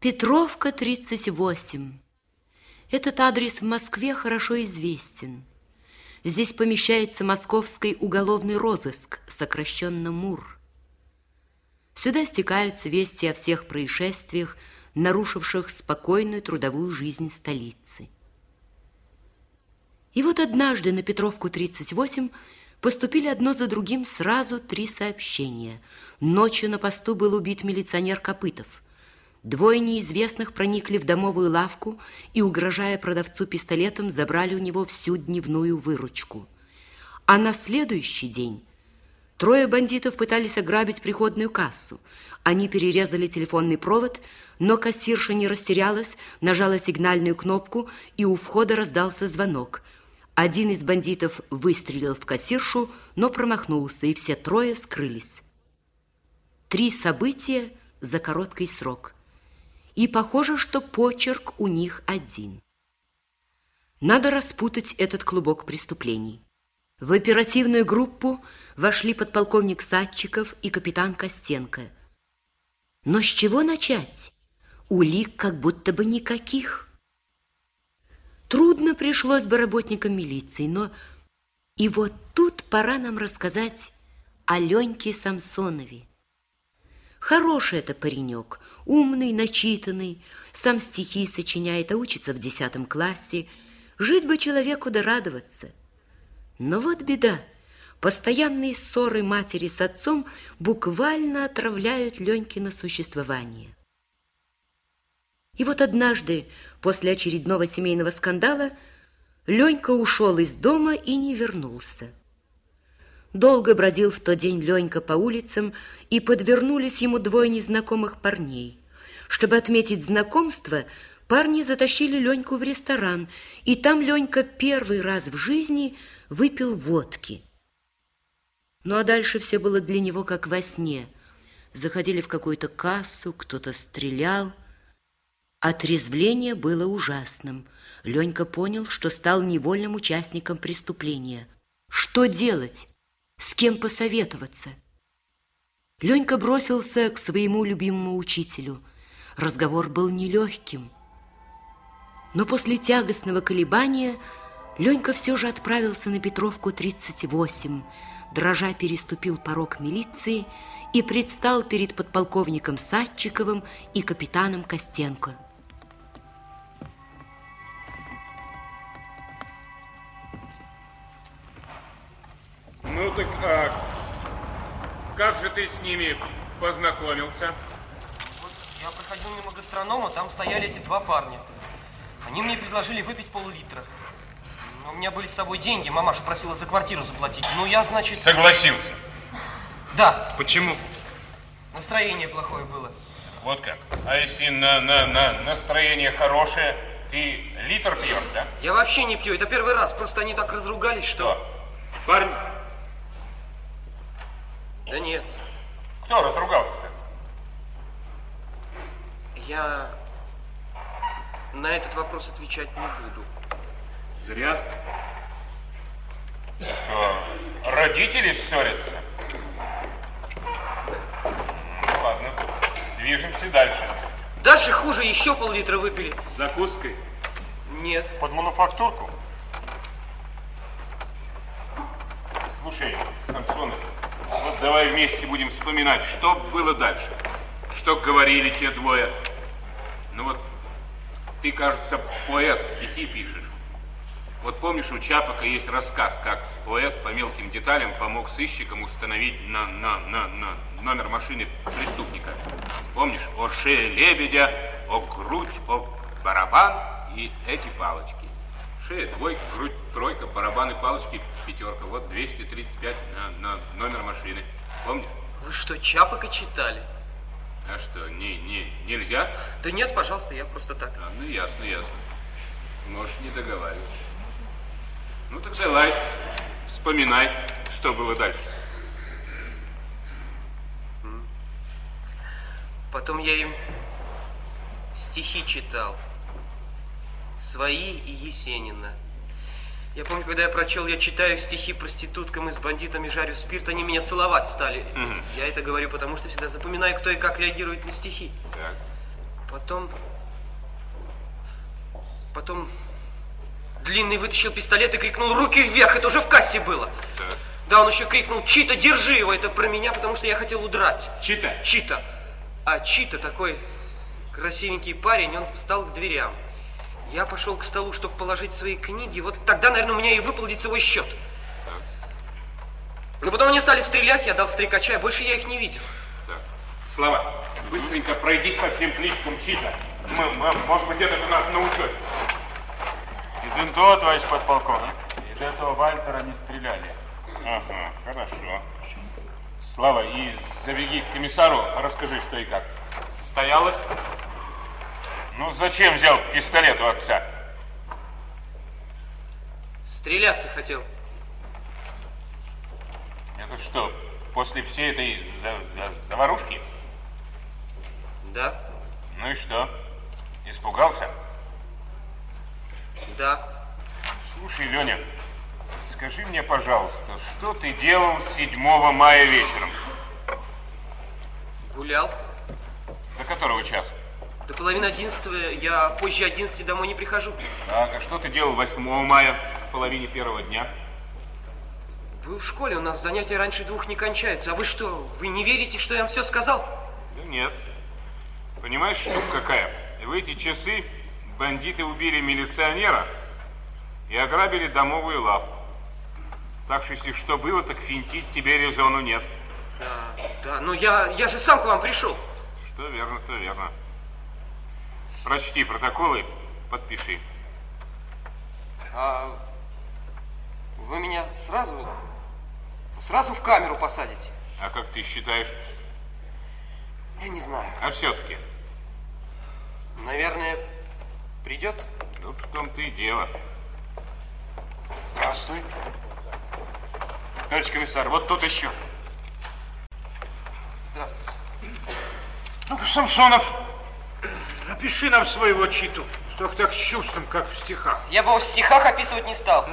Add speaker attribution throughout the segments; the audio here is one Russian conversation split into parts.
Speaker 1: Петровка, 38. Этот адрес в Москве хорошо известен. Здесь помещается московский уголовный розыск, сокращенно МУР. Сюда стекаются вести о всех происшествиях, нарушивших спокойную трудовую жизнь столицы. И вот однажды на Петровку 38 поступили одно за другим сразу три сообщения. Ночью на посту был убит милиционер Копытов. Двое неизвестных проникли в домовую лавку и, угрожая продавцу пистолетом, забрали у него всю дневную выручку. А на следующий день трое бандитов пытались ограбить приходную кассу. Они перерезали телефонный провод, но кассирша не растерялась, нажала сигнальную кнопку, и у входа раздался звонок – один из бандитов выстрелил в кассиршу, но промахнулся, и все трое скрылись. Три события за короткий срок. И похоже, что почерк у них один. Надо распутать этот клубок преступлений. В оперативную группу вошли подполковник Садчиков и капитан Костенко. Но с чего начать? Улик как будто бы никаких. Трудно пришлось бы работникам милиции, но... И вот тут пора нам рассказать о Леньке Самсонове. Хороший это паренек, умный, начитанный, сам стихи сочиняет, а учится в десятом классе. Жить бы человеку да радоваться. Но вот беда. Постоянные ссоры матери с отцом буквально отравляют Ленькино существование. И вот однажды, после очередного семейного скандала, Ленька ушел из дома и не вернулся. Долго бродил в тот день Ленька по улицам, и подвернулись ему двое незнакомых парней. Чтобы отметить знакомство, парни затащили Леньку в ресторан, и там Ленька первый раз в жизни выпил водки. Ну а дальше все было для него как во сне. Заходили в какую-то кассу, кто-то стрелял – Отрезвление было ужасным. Ленька понял, что стал невольным участником преступления. Что делать? С кем посоветоваться? Ленька бросился к своему любимому учителю. Разговор был нелегким. Но после тягостного колебания Ленька все же отправился на Петровку 38, дрожа переступил порог милиции и предстал перед подполковником Садчиковым и капитаном Костенко.
Speaker 2: Ну так а, как же ты с ними познакомился?
Speaker 3: Вот я проходил мимо гастронома, там стояли эти два парня. Они мне предложили выпить пол-литра. У меня были с собой деньги, мамаша просила за квартиру заплатить. Ну я, значит...
Speaker 2: Согласился.
Speaker 3: Да,
Speaker 2: Почему?
Speaker 3: настроение плохое было.
Speaker 2: Вот как. А если на, на, на настроение хорошее, ты литр пьешь, да?
Speaker 3: Я вообще не пью, это первый раз, просто они так разругались, что...
Speaker 2: Парень,
Speaker 3: Да нет,
Speaker 2: кто разругался-то?
Speaker 3: я на этот вопрос отвечать не буду.
Speaker 2: Зря. Что, Э, родители ссорятся? Ну, ладно, движемся дальше.
Speaker 3: Дальше хуже, еще пол-литра выпили.
Speaker 2: С закуской?
Speaker 3: Нет.
Speaker 4: Под мануфактурку?
Speaker 2: Слушай, Самсонов, вот давай вместе будем вспоминать, что было дальше. Что говорили те двое. Ну вот, ты, кажется, поэт, стихи пишешь. Вот помнишь, у Чапака есть рассказ, как поэт по мелким деталям помог сыщикам установить на, на, на, на номер машины преступника. Помнишь, о шее лебедя, о грудь, о барабан и эти палочки. Шея двойка, грудь тройка, барабан и палочки пятерка. Вот 235 на, на номер машины. Помнишь?
Speaker 3: Вы что, Чапака читали?
Speaker 2: А что, не, не, нельзя?
Speaker 3: Да нет, пожалуйста, я просто так.
Speaker 2: А, ну ясно, ясно. Можешь не договаривать. Ну так давай, вспоминай, что было дальше.
Speaker 3: Потом я им стихи читал. Свои и Есенина. Я помню, когда я прочел, я читаю стихи проституткам и с бандитами жарю спирт, они меня целовать стали.
Speaker 2: Мгм.
Speaker 3: Я это говорю, потому что всегда запоминаю, кто и как реагирует на стихи.
Speaker 2: Так.
Speaker 3: Потом... Потом... Длинный вытащил пистолет и крикнул «Руки вверх!» Это уже в кассе было.
Speaker 2: Так.
Speaker 3: Да, он еще крикнул «Чита, держи его!» Это про меня, потому что я хотел удрать.
Speaker 2: Чита.
Speaker 3: Чита. А Чита такой красивенький парень, он встал к дверям. Я пошел к столу, чтобы положить свои книги. Вот тогда, наверное, у меня и выплатит свой счет. Но потом они стали стрелять, я дал стрекача, и больше я их не видел.
Speaker 2: Так. Слава, быстренько пройдись по всем кличкам Чита. Мы, мы- может быть, этот у нас на учете.
Speaker 4: Из НТО, товарищ подполковник. Из этого Вальтера не стреляли.
Speaker 2: Ага, хорошо. Слава, и забеги к комиссару, расскажи, что и как. Стоялось? Ну, зачем взял пистолет у отца?
Speaker 3: Стреляться хотел.
Speaker 2: Это что, после всей этой за- за- заварушки?
Speaker 3: Да,
Speaker 2: Ну и что? Испугался?
Speaker 3: да.
Speaker 2: Слушай, Леня, скажи мне, пожалуйста, что ты делал 7 мая вечером?
Speaker 3: Гулял.
Speaker 2: До которого часа?
Speaker 3: До половины одиннадцатого я позже одиннадцати домой не прихожу.
Speaker 2: Так, а что ты делал 8 мая в половине первого дня?
Speaker 3: Был в школе, у нас занятия раньше двух не кончаются. А вы что, вы не верите, что я вам все сказал?
Speaker 2: Да нет. Понимаешь, штука какая? В эти часы бандиты убили милиционера и ограбили домовую лавку. Так что, если что было, так финтить тебе резону нет.
Speaker 3: Да, да, но я, я же сам к вам пришел.
Speaker 2: Что верно, то верно. Прочти протоколы, подпиши.
Speaker 3: А вы меня сразу, сразу в камеру посадите?
Speaker 2: А как ты считаешь?
Speaker 3: Я не знаю.
Speaker 2: А все-таки?
Speaker 3: Наверное, придется.
Speaker 2: Ну, в том-то и дело.
Speaker 4: Здравствуй. Товарищ комиссар, вот тут еще.
Speaker 3: Здравствуйте.
Speaker 4: ну Самсонов, опиши нам своего читу. Только так с чувством, как в стихах.
Speaker 3: Я бы его в стихах описывать не стал.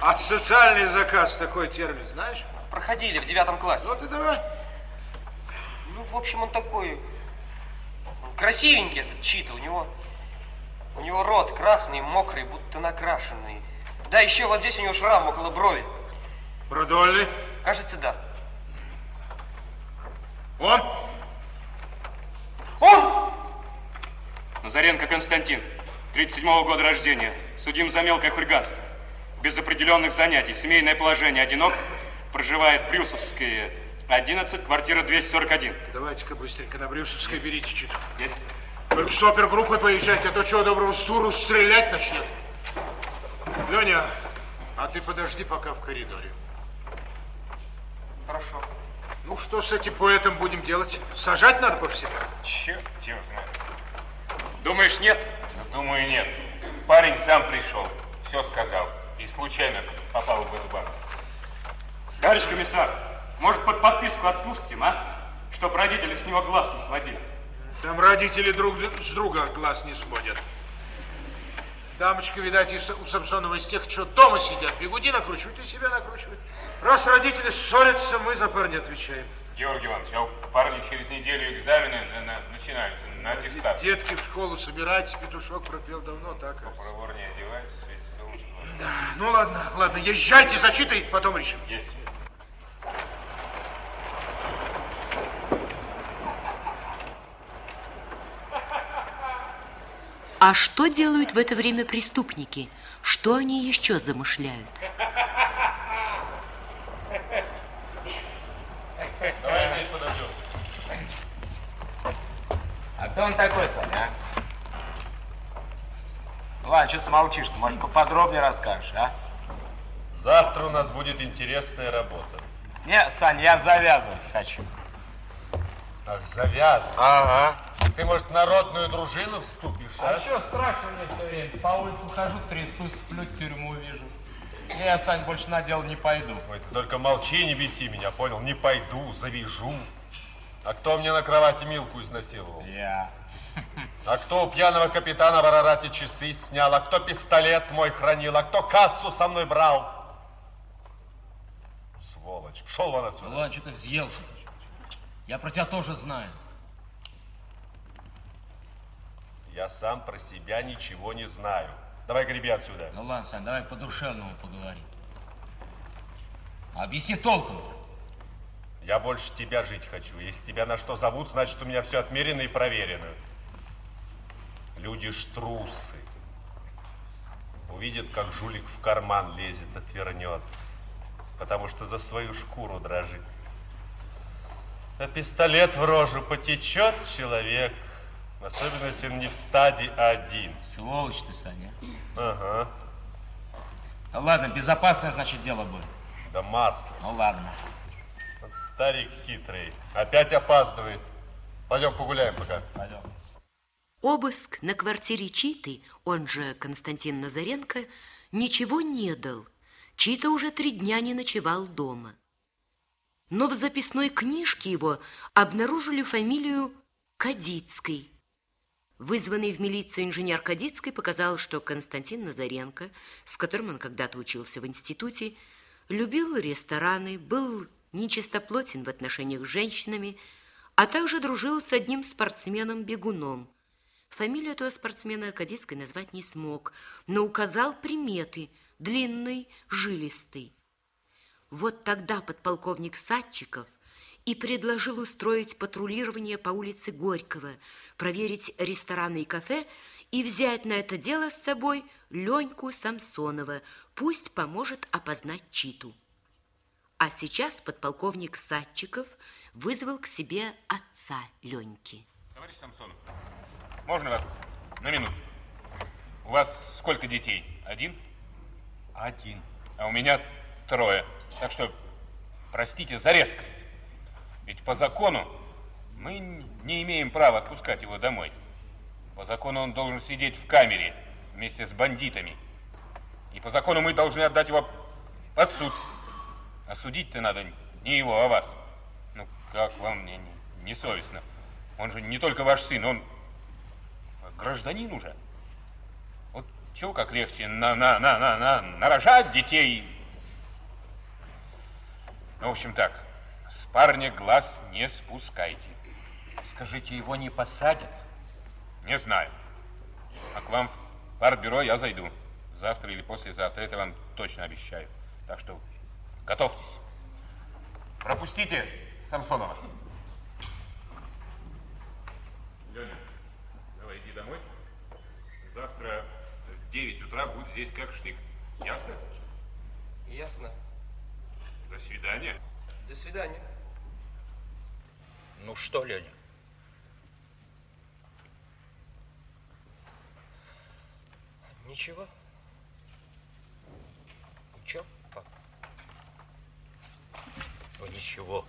Speaker 4: А социальный заказ такой термин, знаешь?
Speaker 3: Проходили в девятом классе.
Speaker 4: Ну ты давай.
Speaker 3: Ну, в общем, он такой он красивенький этот Чита. У него, у него рот красный, мокрый, будто накрашенный. Да, еще вот здесь у него шрам около брови.
Speaker 4: Продольный.
Speaker 3: Кажется, да.
Speaker 4: Он?
Speaker 3: Он!
Speaker 5: Назаренко Константин, 37-го года рождения, судим за мелкое хулиганство. Без определенных занятий, семейное положение одинок, проживает Брюсовская, 11, квартира 241.
Speaker 4: Давайте-ка быстренько на Брюсовской берите читу.
Speaker 5: Есть?
Speaker 4: Только с опергруппой поезжайте, а то чего доброго с туру стрелять начнет. Леня, а ты подожди пока в коридоре.
Speaker 3: Хорошо.
Speaker 4: Ну что с этим поэтом будем делать? Сажать надо по всем?
Speaker 2: Черт его знает.
Speaker 5: Думаешь, нет?
Speaker 2: Да Ну, думаю, нет. Парень сам пришел, все сказал. И случайно попал в эту банку.
Speaker 5: Товарищ комиссар, может, под подписку отпустим, а? Чтоб родители с него глаз не сводили.
Speaker 4: Там родители друг с друга глаз не сводят. Дамочка, видать, из- у Самсонова из тех, что дома сидят, бегуди накручивают и себя накручивают. Раз родители ссорятся, мы за парня отвечаем.
Speaker 2: Георгий Иванович, а у парня через неделю экзамены на- на- начинаются на аттестат.
Speaker 4: Детки в школу собирать, петушок пропел давно, так? кажется.
Speaker 2: Проворнее одеваюсь, светит солнце.
Speaker 4: Ну ладно, ладно, езжайте, зачитай, потом решим.
Speaker 2: Есть.
Speaker 1: А что делают в это время преступники? Что они еще замышляют?
Speaker 6: А кто он такой, Саня, а? Ладно, что ты молчишь -то? Может, поподробнее расскажешь, а?
Speaker 7: Завтра у нас будет интересная работа.
Speaker 6: Не, Сань, я завязывать хочу.
Speaker 7: Ах, завязан.
Speaker 6: Ага.
Speaker 7: Ты, может, народную дружину вступишь, а?
Speaker 8: А что страшно мне все время? По улице хожу, трясусь, сплю, тюрьму вижу. Не, я, Сань, больше на дело не пойду.
Speaker 7: Ой, ты только молчи, не беси меня, понял? Не пойду, завяжу. А кто мне на кровати Милку изнасиловал?
Speaker 6: Я.
Speaker 7: А кто у пьяного капитана в Арарате часы снял? А кто пистолет мой хранил? А кто кассу со мной брал? Сволочь. Пшел вон отсюда.
Speaker 8: что ты взъелся? Я про тебя тоже знаю.
Speaker 7: Я сам про себя ничего не знаю. Давай греби отсюда.
Speaker 9: Ну ладно, Сань, давай по-душевному поговорим. Объясни толком.
Speaker 7: Я больше тебя жить хочу. Если тебя на что зовут, значит, у меня все отмерено и проверено. Люди ж трусы. Увидят, как жулик в карман лезет, отвернет. Потому что за свою шкуру дрожит. А пистолет в рожу потечет человек. Особенно, если он не в стадии один.
Speaker 9: Сволочь ты, Саня.
Speaker 7: Ага.
Speaker 9: Ну ладно, безопасное, значит, дело будет.
Speaker 7: Да масло.
Speaker 9: Ну ладно.
Speaker 7: Вот старик хитрый. Опять опаздывает. Пойдем погуляем пока.
Speaker 9: Пойдем.
Speaker 1: Обыск на квартире Читы, он же Константин Назаренко, ничего не дал. Чита уже три дня не ночевал дома. Но в записной книжке его обнаружили фамилию Кадицкой. Вызванный в милицию инженер Кадицкой показал, что Константин Назаренко, с которым он когда-то учился в институте, любил рестораны, был нечистоплотен в отношениях с женщинами, а также дружил с одним спортсменом-бегуном – Фамилию этого спортсмена Кадицкой назвать не смог, но указал приметы – длинный, жилистый. Вот тогда подполковник Садчиков и предложил устроить патрулирование по улице Горького, проверить рестораны и кафе и взять на это дело с собой Леньку Самсонова, пусть поможет опознать Читу. А сейчас подполковник Садчиков вызвал к себе отца Леньки.
Speaker 2: Товарищ Самсонов, можно вас на минуту? У вас сколько детей? Один?
Speaker 5: Один.
Speaker 2: А у меня трое. Так что, простите за резкость. Ведь по закону мы не имеем права отпускать его домой. По закону он должен сидеть в камере вместе с бандитами. И по закону мы должны отдать его под суд. А судить-то надо не его, а вас. Ну, как вам мне не, не совестно? Он же не только ваш сын, он гражданин уже. Вот чего как легче на на на на на нарожать детей. Ну, в общем так, с парня глаз не спускайте.
Speaker 5: Скажите, его не посадят?
Speaker 2: Не знаю. А к вам в партбюро я зайду. Завтра или послезавтра, это вам точно обещаю. Так что готовьтесь.
Speaker 7: Пропустите Самсонова.
Speaker 2: Леня, давай иди домой. Завтра в 9 утра будь здесь как штык. Ясно?
Speaker 3: Ясно.
Speaker 2: До свидания.
Speaker 3: До свидания.
Speaker 5: Ну что, Леня?
Speaker 3: Ничего. Ничего, пап.
Speaker 5: Ну ничего.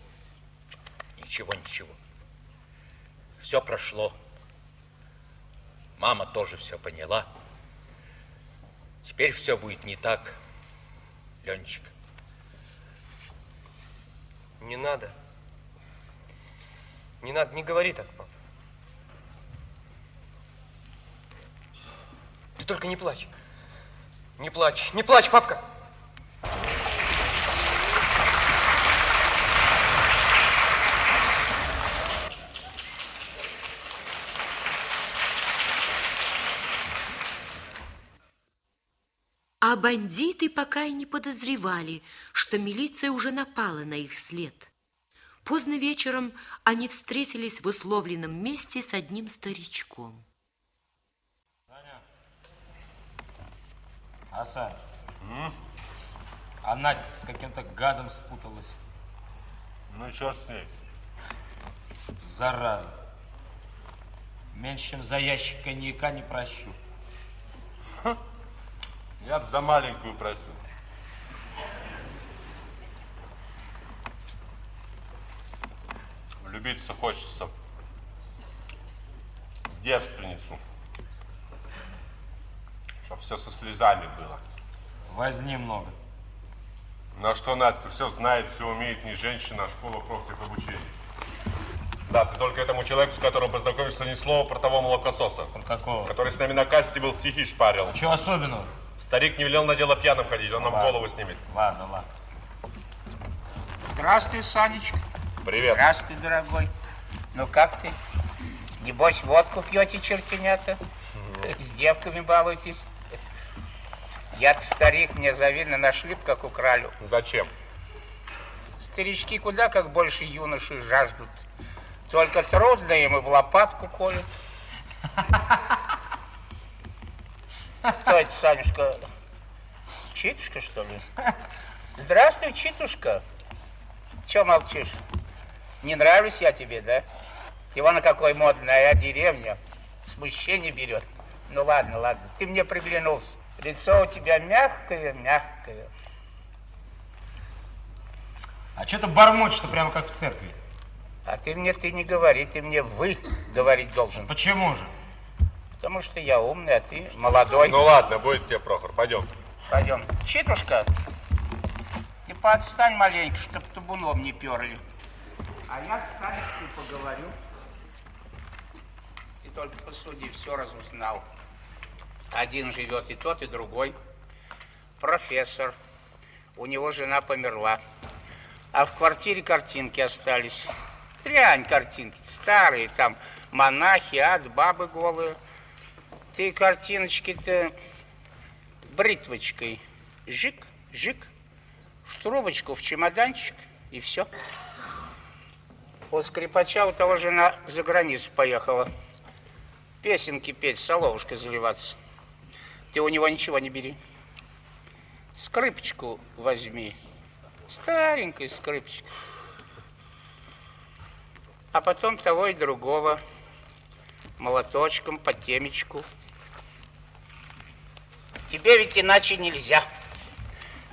Speaker 5: Ничего, ничего. Все прошло. Мама тоже все поняла. Теперь все будет не так, Ленчик.
Speaker 3: Не надо. Не надо, не говори так, пап. Ты только не плачь. Не плачь, не плачь, папка.
Speaker 1: А бандиты пока и не подозревали, что милиция уже напала на их след. Поздно вечером они встретились в условленном месте с одним старичком.
Speaker 9: А, Сань? А Надька с каким-то гадом спуталась.
Speaker 7: Ну, черт с ней.
Speaker 9: Зараза. Меньше, чем за ящик коньяка не прощу.
Speaker 7: Я б за маленькую просил. Влюбиться хочется. В девственницу. Чтоб все со слезами было.
Speaker 9: Возни много.
Speaker 7: На что Надя все знает, все умеет, не женщина, а школа профтехобучения. Да, ты только этому человеку, с которым познакомишься, ни слова про того молокососа,
Speaker 9: Про какого?
Speaker 7: который с нами на касте был, стихи шпарил.
Speaker 9: Чего особенного?
Speaker 7: Старик не велел на дело пьяным ходить, он нам
Speaker 9: Ладно.
Speaker 7: голову снимет.
Speaker 9: Ладно, ладно.
Speaker 10: Здравствуй, Санечка.
Speaker 7: Привет.
Speaker 10: Здравствуй, дорогой. Ну как ты? Небось, водку пьете, чертенята? С девками балуетесь? Я-то старик, мне завидно, нашли б, как украли.
Speaker 7: Зачем?
Speaker 10: Старички куда как больше юноши жаждут. Только трудно им и в лопатку колют. Кто это, Санюшка? Читушка, что ли? Здравствуй, Читушка. Че молчишь? Не нравлюсь я тебе, да? Ты вон какой модная а деревня. Смущение берет. Ну ладно, ладно, ты мне приглянулся. Лицо у тебя мягкое, мягкое.
Speaker 9: А что ты бормочешь что прямо как в церкви?
Speaker 10: А ты мне ты не говори, ты мне вы говорить должен.
Speaker 9: Почему же?
Speaker 10: Потому что я умный, а ты молодой.
Speaker 7: Ну ладно, будет тебе, Прохор, пойдем.
Speaker 10: Пойдем. Читушка, ты подстань маленько, чтоб табуном не перли. А я с Санечкой поговорю. Ты только посуди, все разузнал. Один живет и тот, и другой. Профессор. У него жена померла. А в квартире картинки остались. Трянь картинки, старые там, монахи, ад, бабы голые. Ты картиночки-то бритвочкой жик, жик, в трубочку, в чемоданчик, и все. У скрипача у того жена за границу поехала. Песенки петь, соловушкой заливаться. Ты у него ничего не бери. Скрипочку возьми. Старенькую скрипочку. А потом того и другого. Молоточком по темечку. Тебе ведь иначе нельзя.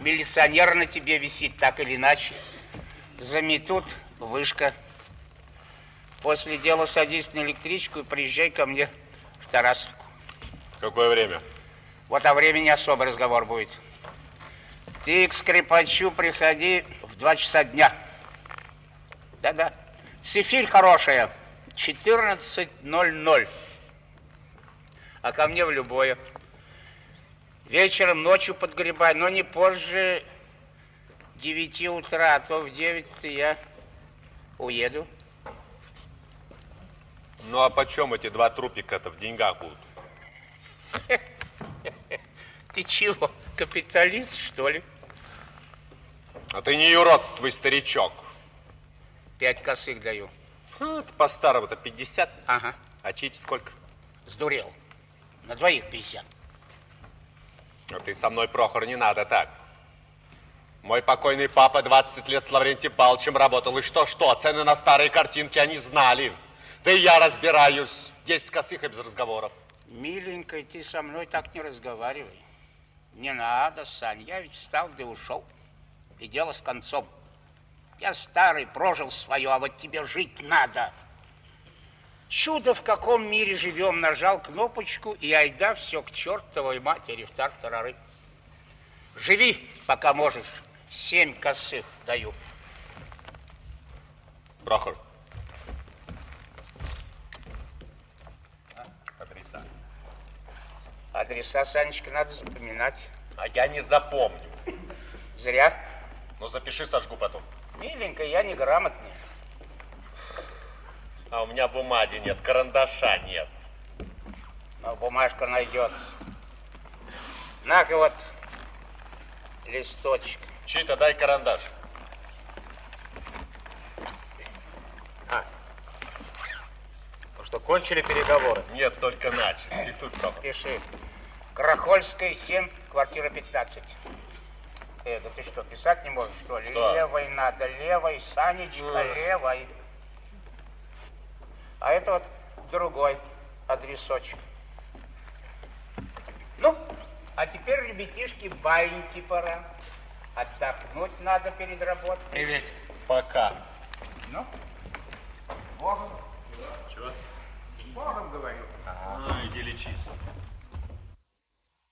Speaker 10: Милиционер на тебе висит так или иначе. Заметут вышка. После дела садись на электричку и приезжай ко мне в Тарасовку.
Speaker 7: Какое время?
Speaker 10: Вот о времени особый разговор будет. Ты к скрипачу приходи в 2 часа дня. Да-да. Сефирь хорошая. 14.00. А ко мне в любое. Вечером, ночью подгребай, но не позже 9 утра, а то в 9 я уеду.
Speaker 7: Ну а почем эти два трупика-то в деньгах будут?
Speaker 10: Ты чего, капиталист, что ли?
Speaker 7: А ты не юродствуй, старичок.
Speaker 10: Пять косых даю.
Speaker 7: А, ты по-старому-то 50,
Speaker 10: Ага,
Speaker 7: а чьи сколько?
Speaker 10: сдурел. На двоих 50.
Speaker 7: А ты со мной, Прохор, не надо так. Мой покойный папа 20 лет с Лаврентием Павловичем работал, и что-что, цены на старые картинки они знали. Да и я разбираюсь, 10 косых и без разговоров.
Speaker 10: Миленькая, ты со мной так не разговаривай. Не надо, Сань, я ведь встал да ушел. И дело с концом. Я старый, прожил свое, а вот тебе жить надо. Чудо, в каком мире живем, нажал кнопочку, и айда все к чертовой матери в тартарары. Живи, пока можешь. Семь косых даю.
Speaker 7: Прохор. Адреса.
Speaker 10: Адреса, Санечка, надо запоминать.
Speaker 7: А я не запомню.
Speaker 10: Зря.
Speaker 7: Ну запиши, сожгу потом.
Speaker 10: Миленькая, я неграмотный.
Speaker 7: А у меня бумаги нет, карандаша нет.
Speaker 9: А
Speaker 10: Но бумажка найдется. На-ка вот листочек.
Speaker 7: Чита, дай карандаш.
Speaker 9: Ну что, кончили переговоры?
Speaker 7: Нет, только начали. И тут, Прохор.
Speaker 10: Пиши. Крахольская, 7, квартира 15. Э, да ты что, писать не можешь, что ли?
Speaker 7: Что?
Speaker 10: Левой надо, левой, Санечка, левой. А это вот другой адресочек. Ну, а теперь, ребятишки, баиньки пора. Отдохнуть надо перед работой.
Speaker 9: Привет.
Speaker 7: Пока.
Speaker 10: Ну, Богом.
Speaker 7: Чего?
Speaker 10: Богом говорю.
Speaker 7: А, иди лечись.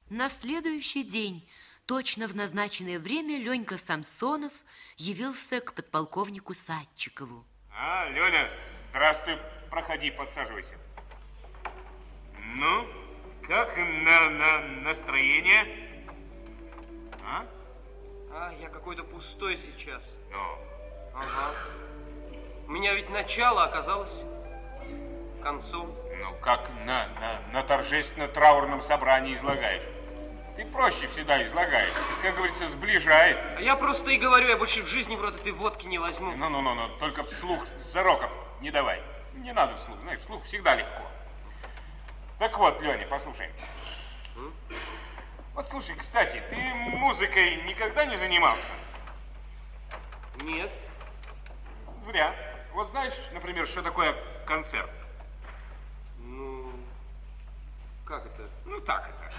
Speaker 1: На следующий день, точно в назначенное время, Ленька Самсонов явился к подполковнику Садчикову.
Speaker 2: А, Леня, здравствуй, проходи, подсаживайся. Ну, как на, на настроение? А?
Speaker 3: А, я какой-то пустой сейчас.
Speaker 2: Ну,
Speaker 3: Ага. У меня ведь начало оказалось концом.
Speaker 2: Ну, как на, на, на торжественно-траурном собрании излагаешь. Ты проще всегда излагаешь. Как говорится, сближает.
Speaker 3: А я просто и говорю, я больше в жизни в рот этой водки не возьму.
Speaker 2: Ну-ну-ну, ну, только вслух зароков не давай. Не надо вслух, знаешь, вслух всегда легко. Так вот, Леня, послушай. Вот слушай, кстати, ты музыкой никогда не занимался?
Speaker 3: Нет.
Speaker 2: Зря. Вот знаешь, например, что такое концерт?
Speaker 3: Ну, как это?
Speaker 2: Ну, так это.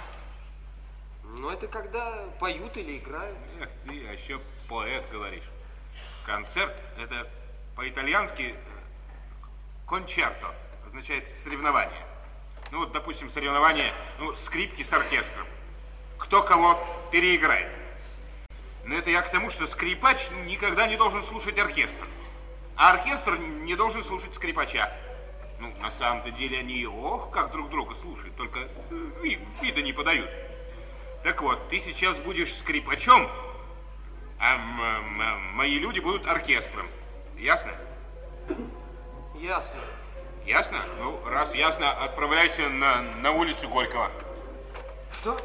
Speaker 3: Ну, это когда поют или играют.
Speaker 2: Эх ты, а еще поэт говоришь. Концерт – это по-итальянски концерто, означает соревнование. Ну вот, допустим, соревнование ну, скрипки с оркестром. Кто кого переиграет. Но это я к тому, что скрипач никогда не должен слушать оркестр. А оркестр не должен слушать скрипача. Ну, на самом-то деле они, ох, как друг друга слушают, только э, ви- вида не подают. Так вот, ты сейчас будешь скрипачом, а м- м- мои люди будут оркестром. Ясно?
Speaker 3: Ясно.
Speaker 2: Ясно? Ну, раз ясно, отправляйся на, на улицу Горького.
Speaker 4: Что?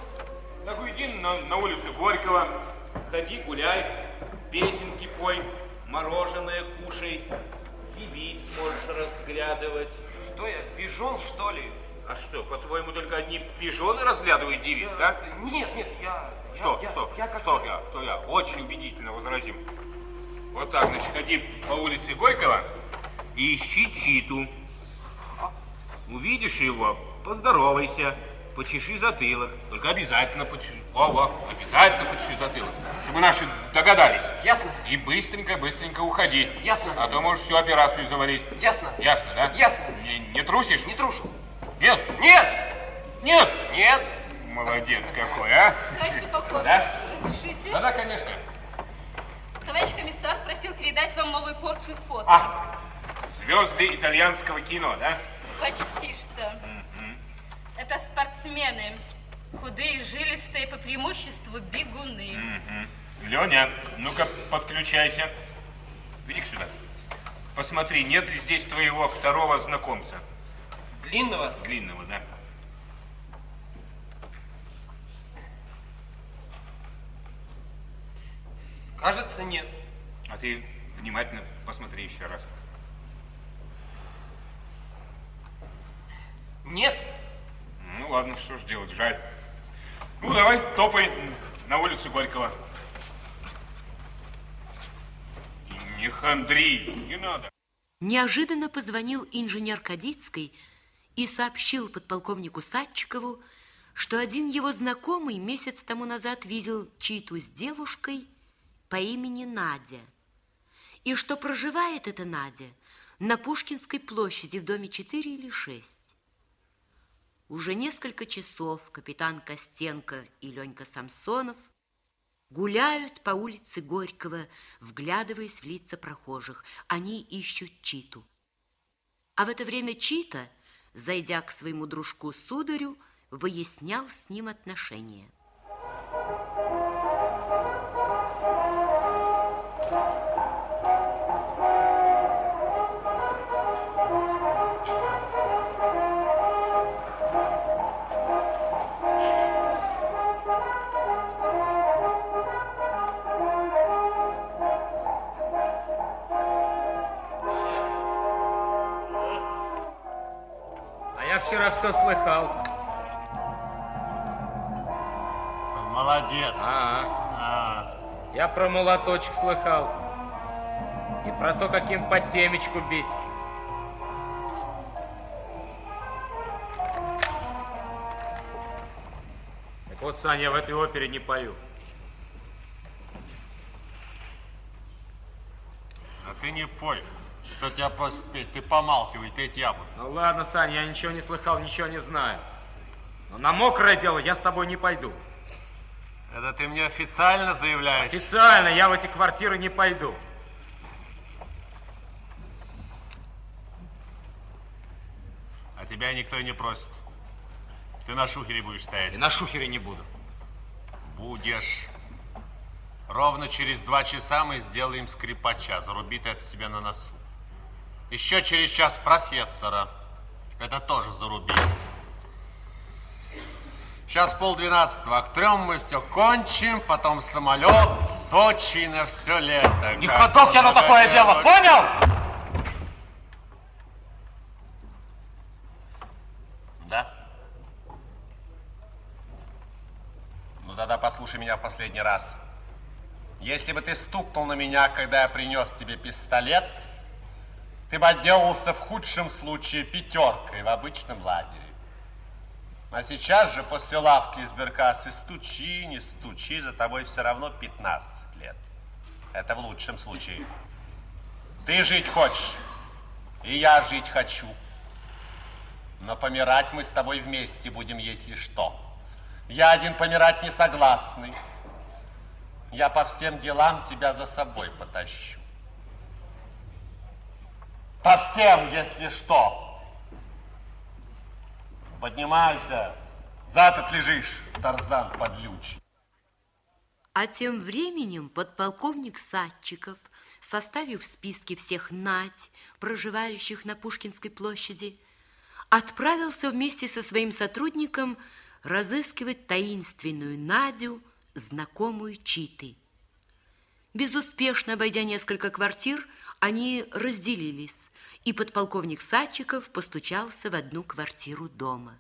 Speaker 2: Так уйди на, на улицу Горького, ходи гуляй, песенки пой, мороженое кушай, девиц можешь разглядывать.
Speaker 3: Что я, пижон, что ли?
Speaker 2: А что, по-твоему, только одни пижоны разглядывают девиц, да?
Speaker 3: Нет, нет, я... я-
Speaker 2: Что,
Speaker 3: я-
Speaker 2: что,
Speaker 3: я как-то-
Speaker 2: что я, что я, очень убедительно возразим. Вот так, значит, ходи по улице Горького и ищи Читу. Увидишь его, поздоровайся, почеши затылок. Только обязательно почеши. Во, во, обязательно почеши затылок. Чтобы наши догадались.
Speaker 3: Ясно,
Speaker 2: И быстренько, быстренько уходи.
Speaker 3: Ясно.
Speaker 2: А то можешь всю операцию завалить.
Speaker 3: ясно.
Speaker 2: Ясно, да?
Speaker 3: Ясно.
Speaker 2: Не, не трусишь?
Speaker 3: Не трушу.
Speaker 2: Нет?
Speaker 3: Нет!
Speaker 2: Нет!
Speaker 3: Нет!
Speaker 2: Молодец какой, а?
Speaker 11: Товарищ подполковник,
Speaker 2: Да?
Speaker 11: разрешите?
Speaker 2: Да-да, конечно.
Speaker 11: Товарищ комиссар просил передать вам новую порцию фото.
Speaker 2: А, звезды итальянского кино, да?
Speaker 11: Почти что. Это спортсмены. Худые, жилистые, по преимуществу бегуны.
Speaker 2: Леня, ну-ка подключайся. иди сюда. Посмотри, нет ли здесь твоего второго знакомца?
Speaker 3: Длинного?
Speaker 2: Длинного, да?
Speaker 3: Кажется, нет.
Speaker 2: А ты внимательно посмотри еще раз.
Speaker 3: Нет?
Speaker 2: Ну ладно, что ж делать, жаль. Ну давай, топай на улицу Горького. И Не хандри, не надо.
Speaker 1: Неожиданно позвонил инженер Кадицкой и сообщил подполковнику Садчикову, что один его знакомый месяц тому назад видел Читу с девушкой по имени Надя, и что проживает эта Надя на Пушкинской площади в доме 4 или 6. Уже несколько часов капитан Костенко и Ленька Самсонов Гуляют по улице Горького, вглядываясь в лица прохожих. Они ищут Читу. А в это время Чита, зайдя к своему дружку Сударю, выяснял с ним отношения.
Speaker 9: А я вчера все слыхал.
Speaker 7: Молодец.
Speaker 9: А,
Speaker 7: А,
Speaker 9: я про молоточек слыхал. И про то, каким по темечку бить. Так вот, Саня, я в этой опере не пою.
Speaker 7: а ты не пой. Кто тебя просит петь? Ты помалкивай, петь я буду.
Speaker 9: Ну ладно, Саня, я ничего не слыхал, ничего не знаю. Но на мокрое дело я с тобой не пойду.
Speaker 7: Это ты мне официально заявляешь?
Speaker 9: Официально я в эти квартиры не пойду.
Speaker 7: А тебя никто и не просит. Ты на шухере будешь стоять.
Speaker 9: И на шухере не буду.
Speaker 7: Будешь. Ровно через два часа мы сделаем скрипача. Заруби ты от себя на носу. Еще через час профессора. Это тоже заруби. Сейчас полдвенадцатого, а к трем мы все кончим, потом самолет, Сочи на все лето.
Speaker 9: Не
Speaker 7: Как
Speaker 9: ходок я на такое дело,
Speaker 7: предлагаю.
Speaker 9: понял?
Speaker 7: Да. Ну тогда послушай меня в последний раз. Если бы ты стукнул на меня, когда я принес тебе пистолет, ты бы отделался в худшем случае пятеркой в обычном лагере. А сейчас же после лавки из Беркасы стучи, не стучи, за тобой все равно 15 лет. Это в лучшем случае. Ты жить хочешь, и я жить хочу. Но помирать мы с тобой вместе будем, если что. Я один помирать не согласный. Я по всем делам тебя за собой потащу. По всем, если что. Поднимайся. Зад отлежишь, Тарзан подлючий.
Speaker 1: А тем временем подполковник Садчиков, составив списки всех нать, проживающих на Пушкинской площади, отправился вместе со своим сотрудником разыскивать таинственную Надю, знакомую Читы. Безуспешно обойдя несколько квартир, они разделились, и подполковник Садчиков постучался в одну квартиру дома.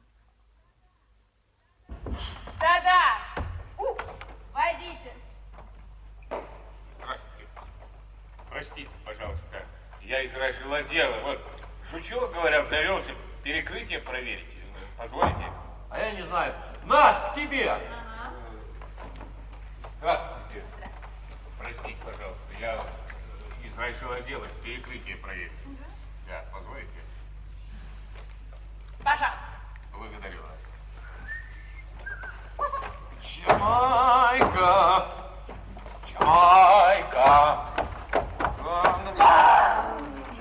Speaker 12: Да-да! У, Войдите!
Speaker 2: Здравствуйте. Простите, пожалуйста, я из райфилотдела. Вот, шучу, говорят, завелся. Перекрытие проверите. Позволите?
Speaker 9: А я не знаю. Надь, к тебе!
Speaker 2: Здравствуйте. Простите, пожалуйста, я из райфилотдела. Перекрытие проверить. Да, позволите?
Speaker 12: Пожалуйста.
Speaker 2: Благодарю вас.
Speaker 9: Чамайка! Чамайка!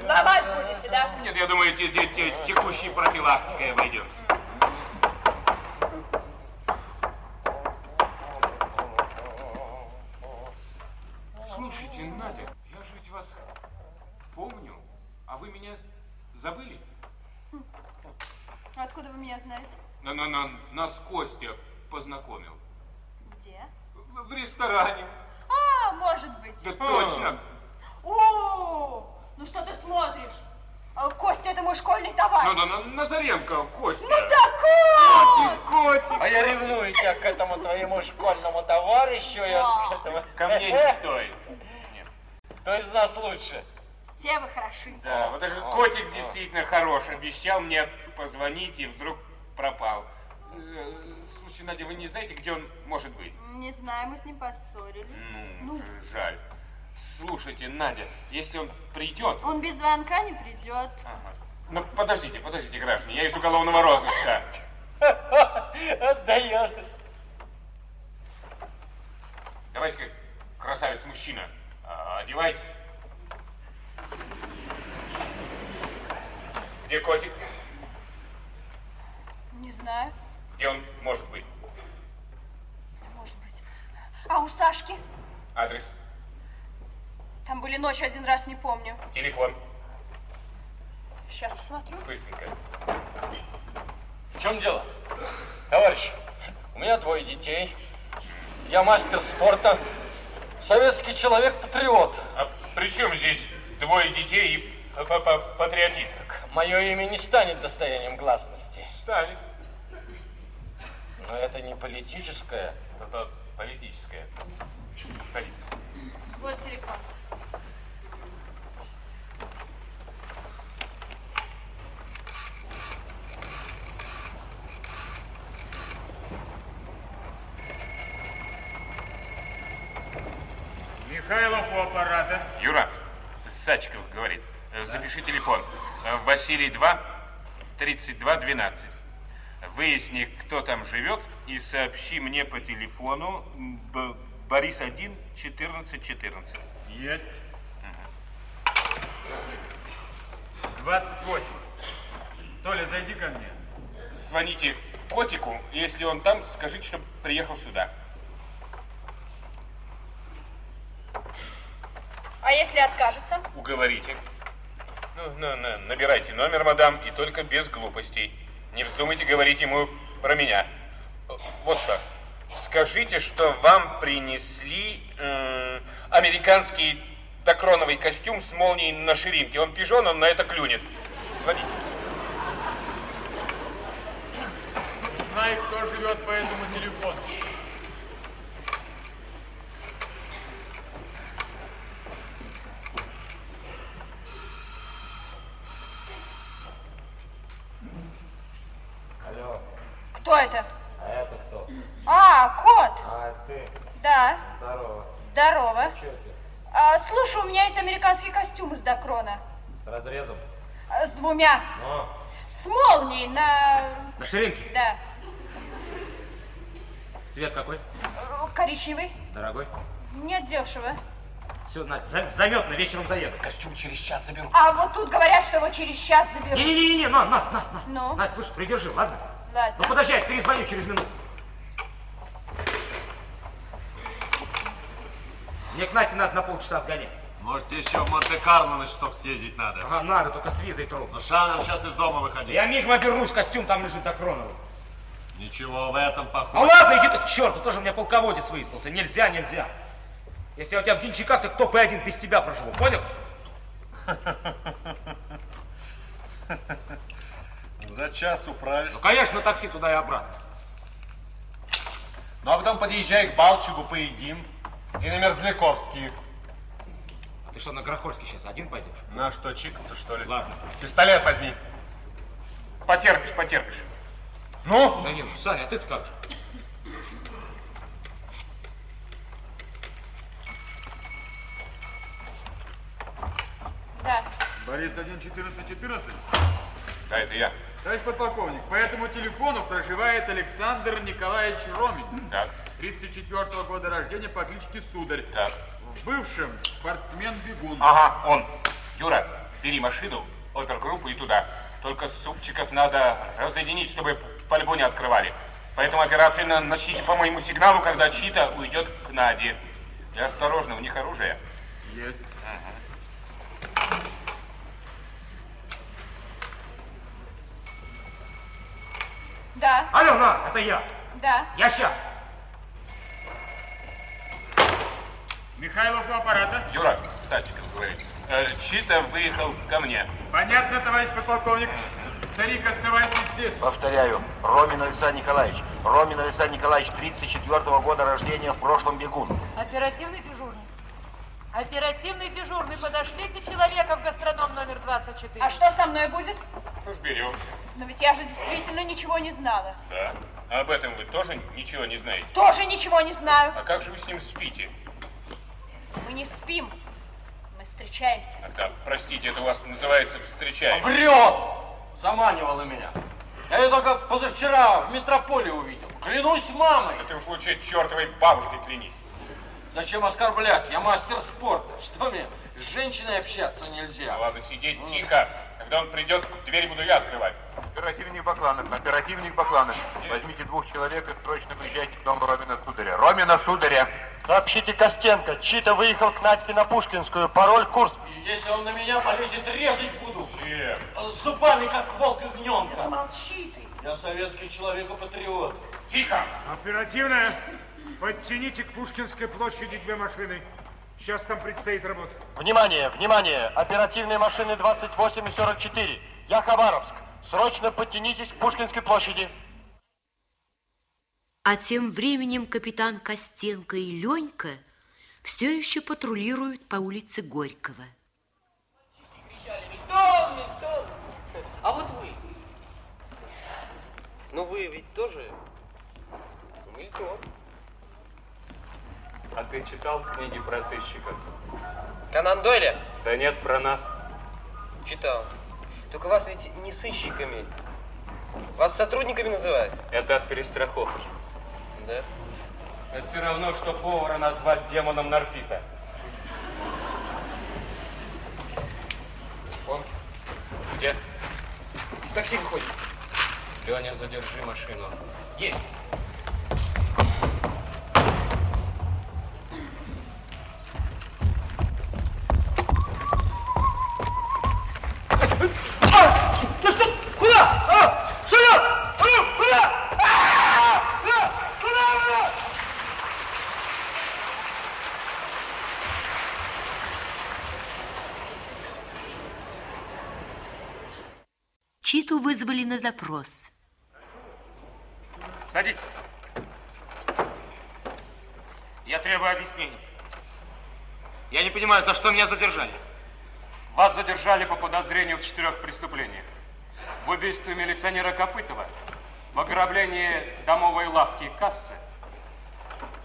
Speaker 6: Ломать будете, да?
Speaker 2: А, ну, Нет, я думаю, те- те- те- текущей профилактикой обойдемся. Слушайте, Надя, я же ведь вас помню, а вы меня забыли?
Speaker 6: Откуда вы меня знаете?
Speaker 2: На, на, на, нас Костя познакомил.
Speaker 6: Где?
Speaker 2: В в ресторане.
Speaker 6: А, может быть.
Speaker 2: Да точно.
Speaker 6: О, ну что ты смотришь? А, Костя, это мой школьный
Speaker 2: На,
Speaker 6: товарищ.
Speaker 2: на, на, Назаренко, Костя.
Speaker 6: Ну так
Speaker 2: ну,
Speaker 6: вот!
Speaker 2: Котик!
Speaker 13: А я ревную тебя к этому твоему школьному товарищу и вот к этому...
Speaker 2: Ко мне не стоит.
Speaker 13: Кто из нас лучше?
Speaker 6: Все вы хороши.
Speaker 2: Да, вот этот котик действительно хорош. Обещал мне позвонить и вдруг пропал. Э, Слушай, Надя, вы не знаете, где он может быть?
Speaker 6: Не знаю, мы с ним поссорились.
Speaker 2: Ну, жаль. Слушайте, Надя, если он придет...
Speaker 6: Он без звонка не придет.
Speaker 2: Ага. Ну, подождите, подождите, граждане, я из уголовного розыска.
Speaker 13: Отдает.
Speaker 2: Давайте, как красавец-мужчина, а, одевайтесь. Где котик?
Speaker 6: Не знаю,
Speaker 2: Где он может быть?
Speaker 6: может быть. А у Сашки?
Speaker 2: Адрес,
Speaker 6: Там были ночи один раз, не помню.
Speaker 2: телефон.
Speaker 6: Сейчас посмотрю.
Speaker 2: Быстренько.
Speaker 9: В чем дело? Товарищ, у меня двое детей. Я мастер спорта. Советский человек-патриот.
Speaker 2: А при чем здесь двое детей и патриотизм?
Speaker 9: Мое имя не станет достоянием гласности.
Speaker 2: Станет.
Speaker 9: Но это не политическое.
Speaker 2: Это политическое. Садитесь.
Speaker 6: Вот телефон.
Speaker 11: Михайлов у аппарата.
Speaker 2: Юра, Сачков говорит, э, запиши телефон. Э, Василий 2, 32 12. Выясни, кто там живет, и сообщи мне по телефону м, Б- Борис 1, 14 14.
Speaker 11: Есть. 28. Толя, зайди ко мне.
Speaker 2: Звоните котику, если он там, скажите, чтобы приехал сюда.
Speaker 6: А если откажется?
Speaker 2: Уговорите. Ну, на- на- набирайте номер, мадам, и только без глупостей. Не вздумайте говорить ему про меня. Э, Вот что. Скажите, что вам принесли м, американский докроновый костюм с молнией на ширинке. Он пижон, он на это клюнет. Смотрите.
Speaker 14: Знает, кто живет по этому телефону.
Speaker 15: Алло,
Speaker 6: Кто это?
Speaker 15: а это кто?
Speaker 6: А, кот.
Speaker 15: А, это ты.
Speaker 6: Да,
Speaker 15: Здорово.
Speaker 6: здорово.
Speaker 15: Чё у тебя?
Speaker 6: А, слушай, у меня есть американский костюм из Дакрона.
Speaker 15: С разрезом?
Speaker 6: А, С двумя.
Speaker 15: Ну,
Speaker 6: С молнией на...
Speaker 9: На ширинке.
Speaker 6: Да.
Speaker 9: Цвет какой?
Speaker 6: Э, Коричневый.
Speaker 9: Дорогой.
Speaker 6: Нет, дешево.
Speaker 9: Все, на, за- заметно, вечером заеду.
Speaker 7: Костюм через час заберу.
Speaker 6: А вот тут говорят, что его через час заберут.
Speaker 9: Не-не-не, на, на, на, на.
Speaker 6: Ну?
Speaker 9: На, слушай, придержи, ладно?
Speaker 6: Ладно.
Speaker 9: Ну подожди, я перезвоню через минуту. Мне к Нате надо на полчаса сгонять.
Speaker 7: Может, еще в Монте-Карло на часок съездить надо?
Speaker 9: Ага, надо, только с визой трудно.
Speaker 7: Ну, Шаном сейчас из дома выходить.
Speaker 9: Я мигом обернусь, костюм там лежит Акроновый.
Speaker 7: Ничего в этом
Speaker 9: А
Speaker 7: похоже.
Speaker 9: ладно, иди ты к черту, тоже у меня полководец выискался. Нельзя, нельзя. Если я у тебя в денщиках, так топ и один без тебя проживу, понял?
Speaker 7: За час управишься.
Speaker 9: Ну, конечно, на такси туда и обратно.
Speaker 7: Ну, а потом подъезжай к Балчугу, поедим. И на Мерзляковский.
Speaker 9: А ты что, на Грохольский сейчас один пойдешь?
Speaker 7: На что, чикаться, что ли?
Speaker 9: Ладно.
Speaker 7: Пистолет возьми.
Speaker 2: Потерпишь, потерпишь.
Speaker 7: Ну?
Speaker 9: Да нет, Саня, а ты-то как?
Speaker 6: Да.
Speaker 14: Борис 1-14-14.
Speaker 2: Да, это я.
Speaker 14: Товарищ подполковник, по этому телефону проживает Александр Николаевич Ромин.
Speaker 2: Так.
Speaker 14: 34 года рождения по кличке Сударь.
Speaker 2: Так.
Speaker 14: В бывшем спортсмен-бегун.
Speaker 2: Ага, он. Юра, бери машину, опергруппу и туда. Только супчиков надо разъединить, чтобы пальбу не открывали. Поэтому операцию на- начните по моему сигналу, когда Чита уйдет к Наде. И осторожно, у них оружие.
Speaker 14: Есть.
Speaker 6: Да,
Speaker 9: Алло, на, это я.
Speaker 6: да.
Speaker 9: Я сейчас.
Speaker 14: Михайлов у аппарата.
Speaker 2: Юра, Сачкин говорит. Э, Чита выехал ко мне.
Speaker 14: Понятно, товарищ подполковник. Старик, оставайся здесь.
Speaker 4: Повторяю, Ромин Александр Николаевич. Ромин Александр Николаевич, 34 года рождения, в прошлом бегун.
Speaker 16: Оперативный дежурный. Оперативный дежурный, подошлите человека в гастроном номер 24.
Speaker 6: А что со мной будет?
Speaker 2: Разберем.
Speaker 6: Но ведь я же действительно ничего не знала.
Speaker 2: Да. А об этом вы тоже ничего не знаете?
Speaker 6: Тоже ничего не знаю.
Speaker 2: А как же вы с ним спите?
Speaker 6: Мы не спим. Мы встречаемся.
Speaker 2: А, да, простите, это у вас называется встречаем.
Speaker 17: Врет! Заманивала меня. Я ее только позавчера в метрополе увидел. Клянусь мамой.
Speaker 2: Да ты уж лучше чертовой бабушкой клянись.
Speaker 17: Зачем оскорблять? Я мастер спорта. Что мне, с женщиной общаться нельзя?
Speaker 2: Ладно, сидеть тихо. Когда он придет, дверь буду я открывать.
Speaker 4: Оперативник Бакланов, оперативник Бакланов. Возьмите двух человек и срочно приезжайте к дому Ромина Сударя. Ромина Сударя! Сообщите Костенко, Чита выехал к Надьке на Пушкинскую, пароль курс.
Speaker 17: Если он на меня полезет, резать буду.
Speaker 2: Чем?
Speaker 17: Зубами, как волк огнем.
Speaker 6: замолчи ты.
Speaker 17: Я советский человек и патриот.
Speaker 2: Тихо!
Speaker 18: Оперативная, подтяните к Пушкинской площади две машины. Сейчас там предстоит работа.
Speaker 4: Внимание, внимание! Оперативные машины 28 и 44. Я Хабаровск. Срочно подтянитесь к Пушкинской площади.
Speaker 1: А тем временем капитан Костенко и Ленька все еще патрулируют по улице Горького.
Speaker 3: Ментон, ментон. А вот вы. Ну вы ведь тоже мельтон.
Speaker 19: А ты читал книги про сыщиков?
Speaker 3: Канан Дойля?
Speaker 19: Да нет, про нас.
Speaker 3: Читал. Только вас ведь не сыщиками. Вас сотрудниками называют?
Speaker 19: Это от перестраховки.
Speaker 3: Да.
Speaker 19: Это все равно, что повара назвать демоном Нарпита.
Speaker 3: Он
Speaker 19: Где?
Speaker 3: из такси выходит.
Speaker 19: Леня, задержи машину.
Speaker 3: Есть.
Speaker 1: вызвали на допрос.
Speaker 20: Садитесь.
Speaker 9: Я требую объяснений. Я не понимаю, за что меня задержали.
Speaker 20: Вас задержали по подозрению в четырех преступлениях. В убийстве милиционера Копытова, в ограблении домовой лавки и кассы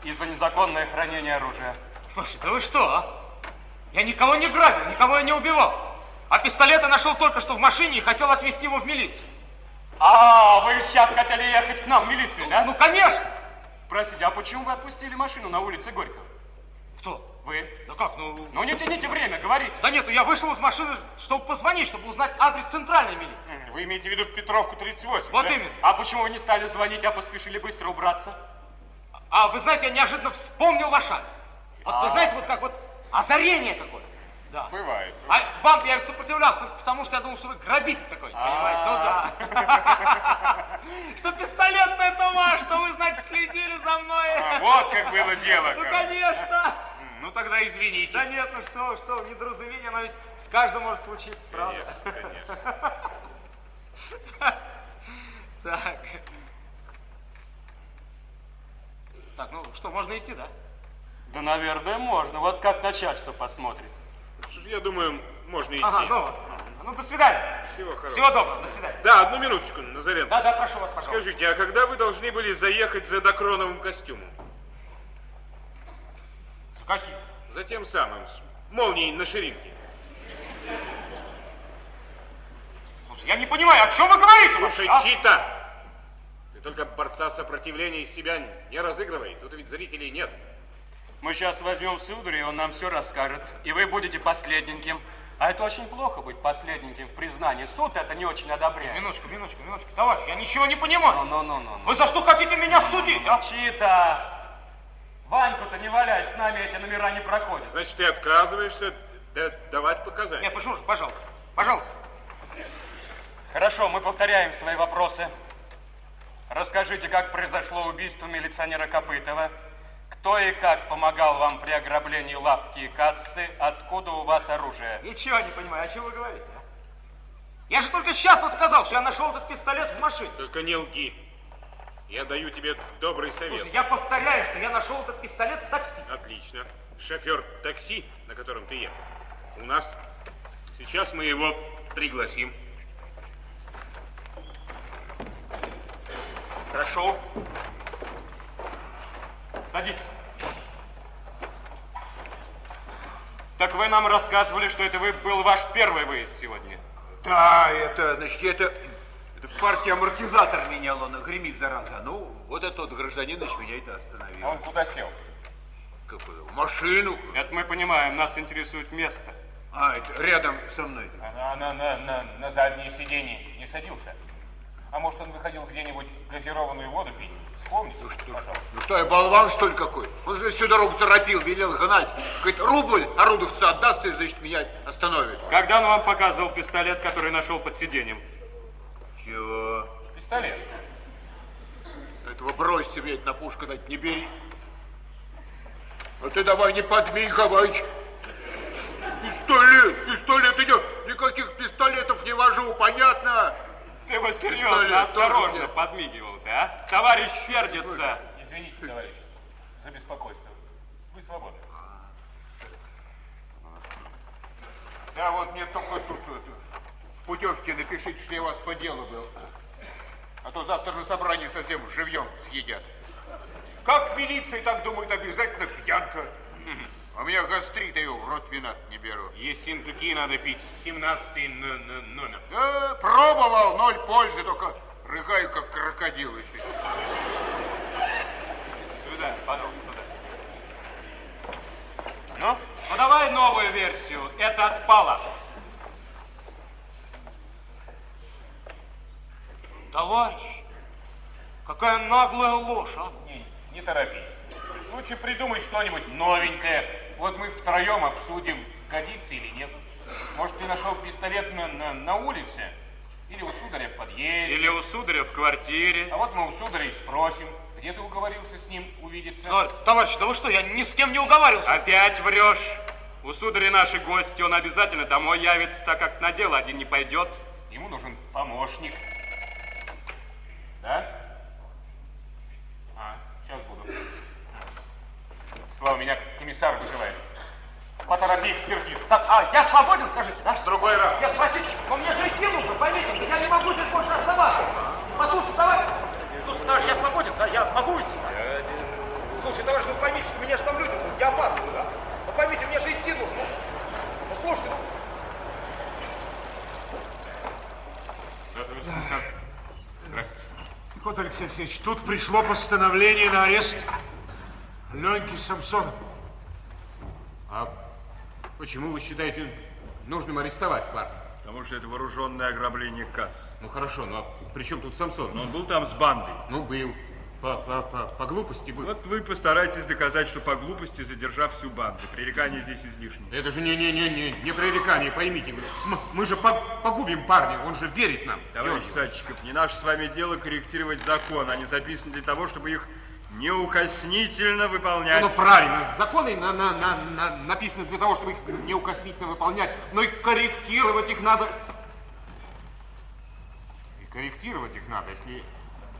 Speaker 20: и за незаконное хранение оружия.
Speaker 9: Слушай, да вы что, а? Я никого не грабил, никого я не убивал. А пистолет я нашел только что в машине и хотел отвезти его в милицию.
Speaker 20: А, вы сейчас хотели ехать к нам в милицию, да?
Speaker 9: Ну, конечно!
Speaker 20: Простите, а почему вы отпустили машину на улице Горького?
Speaker 9: Кто?
Speaker 20: Вы?
Speaker 9: Да как, ну...
Speaker 20: Ну не тяните время, говорите.
Speaker 9: Да нет, ну я вышел из машины, чтобы позвонить, чтобы узнать адрес центральной милиции.
Speaker 20: Вы имеете в виду Петровку 38,
Speaker 9: Вот
Speaker 20: да?
Speaker 9: именно.
Speaker 20: А почему вы не стали звонить, а поспешили быстро убраться?
Speaker 9: А вы знаете, я неожиданно вспомнил ваш адрес. Вот вы
Speaker 20: А.
Speaker 9: знаете, вот как вот озарение какое-то. Да.
Speaker 20: Бывает.
Speaker 9: А вам-то я сопротивлялся, только потому что я думал, что вы грабитель какой-то, понимаете? Ну
Speaker 2: А.
Speaker 9: да. Что пистолет-то это ваш, что вы, значит, следили за мной.
Speaker 2: А, вот как было дело,
Speaker 9: Ну,
Speaker 2: короче.
Speaker 9: конечно.
Speaker 2: Ну тогда извините.
Speaker 9: Да нет, ну что, вы, что, вы, недоразумение, оно ведь с каждым может случиться, правда?
Speaker 2: Конечно,
Speaker 9: Так. Так, ну что, можно идти, да?
Speaker 20: Да, наверное, можно. Вот как начальство посмотрит.
Speaker 2: Я думаю, можно идти.
Speaker 9: Ага, ну вот. Ну, до свидания.
Speaker 2: Всего хорошего.
Speaker 9: Всего доброго, до свидания.
Speaker 2: Да, одну минуточку, Назаренко.
Speaker 9: Да, да, прошу вас, пожалуйста.
Speaker 2: Скажите, а когда вы должны были заехать за Докроновым костюмом?
Speaker 9: За каким?
Speaker 2: За тем самым, с молнией на ширинке.
Speaker 9: Слушай, я не понимаю, о чем вы говорите
Speaker 2: Слушай,
Speaker 9: вообще, а?
Speaker 2: Чита, ты только борца сопротивления из себя не разыгрывай. Тут ведь зрителей нет.
Speaker 20: Мы сейчас возьмем сударя, и он нам все расскажет. И вы будете последненьким. А это очень плохо быть последненьким в признании. Суд это не очень одобряет.
Speaker 9: Минуточку, минуточку, минуточку. Товарищ, я ничего не понимаю.
Speaker 20: Ну, ну, ну, ну.
Speaker 9: Вы за что хотите меня судить, а?
Speaker 20: Чита! Ваньку-то не валяй, с нами эти номера не проходят.
Speaker 2: Значит, ты отказываешься д- давать показания?
Speaker 9: Нет, почему же, пожалуйста, пожалуйста.
Speaker 20: Хорошо, мы повторяем свои вопросы. Расскажите, как произошло убийство милиционера Копытова? Кто и как помогал вам при ограблении лапки и кассы? Откуда у вас оружие?
Speaker 9: Ничего не понимаю, о чем вы говорите, а? Я же только сейчас вот сказал, что я нашел этот пистолет в машине.
Speaker 2: Только не лги. Я даю тебе добрый совет.
Speaker 9: Слушай, я повторяю, что я нашел этот пистолет в такси.
Speaker 2: Отлично. Шофер такси, на котором ты ехал, у нас. Сейчас мы его пригласим.
Speaker 20: Хорошо. Садитесь. Так вы нам рассказывали, что это вы, был ваш первый выезд сегодня.
Speaker 4: Да, это, значит, это, это в партии амортизатор менял, он гремит, зараза. Ну, вот этот вот гражданин, значит, меня это остановил.
Speaker 20: Он куда сел?
Speaker 4: Какую? В машину.
Speaker 20: Это мы понимаем, нас интересует место.
Speaker 4: А, это рядом со мной.
Speaker 21: На, А на, на, на, на заднее сиденье не садился. А может, он выходил где-нибудь газированную воду пить? Вспомните, ну, что, пожалуйста.
Speaker 4: Ну что, я болван, что ли, какой? Он же всю дорогу торопил, велел гнать. Говорит, рубль
Speaker 9: а
Speaker 4: орудовца отдаст, и, значит, меня остановит.
Speaker 20: Когда он вам показывал пистолет, который нашел под сиденьем?
Speaker 4: Чего?
Speaker 21: Пистолет.
Speaker 4: Этого бросьте мне, это на пушку дать не бери. А ты давай не подмигивай. Пистолет, пистолет идет. Никаких пистолетов не вожу, понятно?
Speaker 20: Ты бы
Speaker 4: Пистолет,
Speaker 20: серьезно, осторожно
Speaker 4: тоже Ну
Speaker 20: подмигивал ты, а? Товарищ сердится.
Speaker 21: Извините, товарищ, за беспокойство. Вы свободны.
Speaker 4: Да, вот мне только тут, тут, в путевке напишите, что я у вас по делу был. А то завтра на собрании совсем живьем съедят. Как в милиции, так думают, обязательно пьянка. А у меня гастрит, я его в рот вина не беру.
Speaker 2: Есть синтуки, надо пить. 17 номер.
Speaker 22: Э,
Speaker 4: Да, пробовал, ноль пользы, только рыгаю, как крокодил еще.
Speaker 20: Сюда, пожалуйста, да. Ну, ну давай новую версию. Это отпало.
Speaker 9: Товарищ, какая наглая ложь, а?
Speaker 21: Не, не торопись. Лучше придумай что-нибудь новенькое. Вот мы втроем обсудим, годится или нет. Может, ты нашел пистолет на, на, на улице? Или у сударя в подъезде?
Speaker 20: Или у сударя в квартире.
Speaker 21: А вот мы у сударя и спросим, где ты уговорился с ним увидеться?
Speaker 9: Товарищ, да вы что, я ни с кем не уговаривался.
Speaker 20: Опять врешь. У сударя наши гости, он обязательно домой явится, так как на дело один не пойдет.
Speaker 21: Ему нужен помощник.
Speaker 9: А,
Speaker 2: комиссар вызывает.
Speaker 9: Поторопи экспертизу. Так, а, я свободен, скажите, да? В
Speaker 2: другой раз.
Speaker 9: Нет, спросите, но мне же идти нужно, поймите, я не могу здесь больше оставаться. Послушай, товарищ, слушай, товарищ, я свободен, да, я могу идти. Слушай, товарищ, ну поймите, что меня же там люди ждут, я опаздываю, да? Ну поймите, мне же идти нужно. Ну слушайте, ну,
Speaker 2: Да, товарищ комиссар. Здравствуйте.
Speaker 4: Так вот, Алексей Алексеевич, тут пришло постановление на арест Леньки Самсонова.
Speaker 2: А почему вы считаете нужным арестовать парня?
Speaker 23: Потому что это вооруженное ограбление касс.
Speaker 2: Ну хорошо, ну а при чем тут Самсон?
Speaker 23: Но он был там с бандой.
Speaker 2: Ну, был. По, по, по, по глупости был.
Speaker 23: Вот вы постарайтесь доказать, что по глупости задержав всю банду. Пререкание здесь излишне.
Speaker 2: Это же не-не-не-не, не пререкание, поймите. Мы, мы же по- погубим парня, он же верит нам.
Speaker 23: Товарищ
Speaker 2: Георгий.
Speaker 23: Садчиков, не наше с вами дело корректировать закон. Они записаны для того, чтобы их неукоснительно выполнять.
Speaker 2: Ну, правильно, законы на, на, на, на- написаны для того, чтобы их неукоснительно выполнять, но и корректировать их надо. И корректировать их надо, если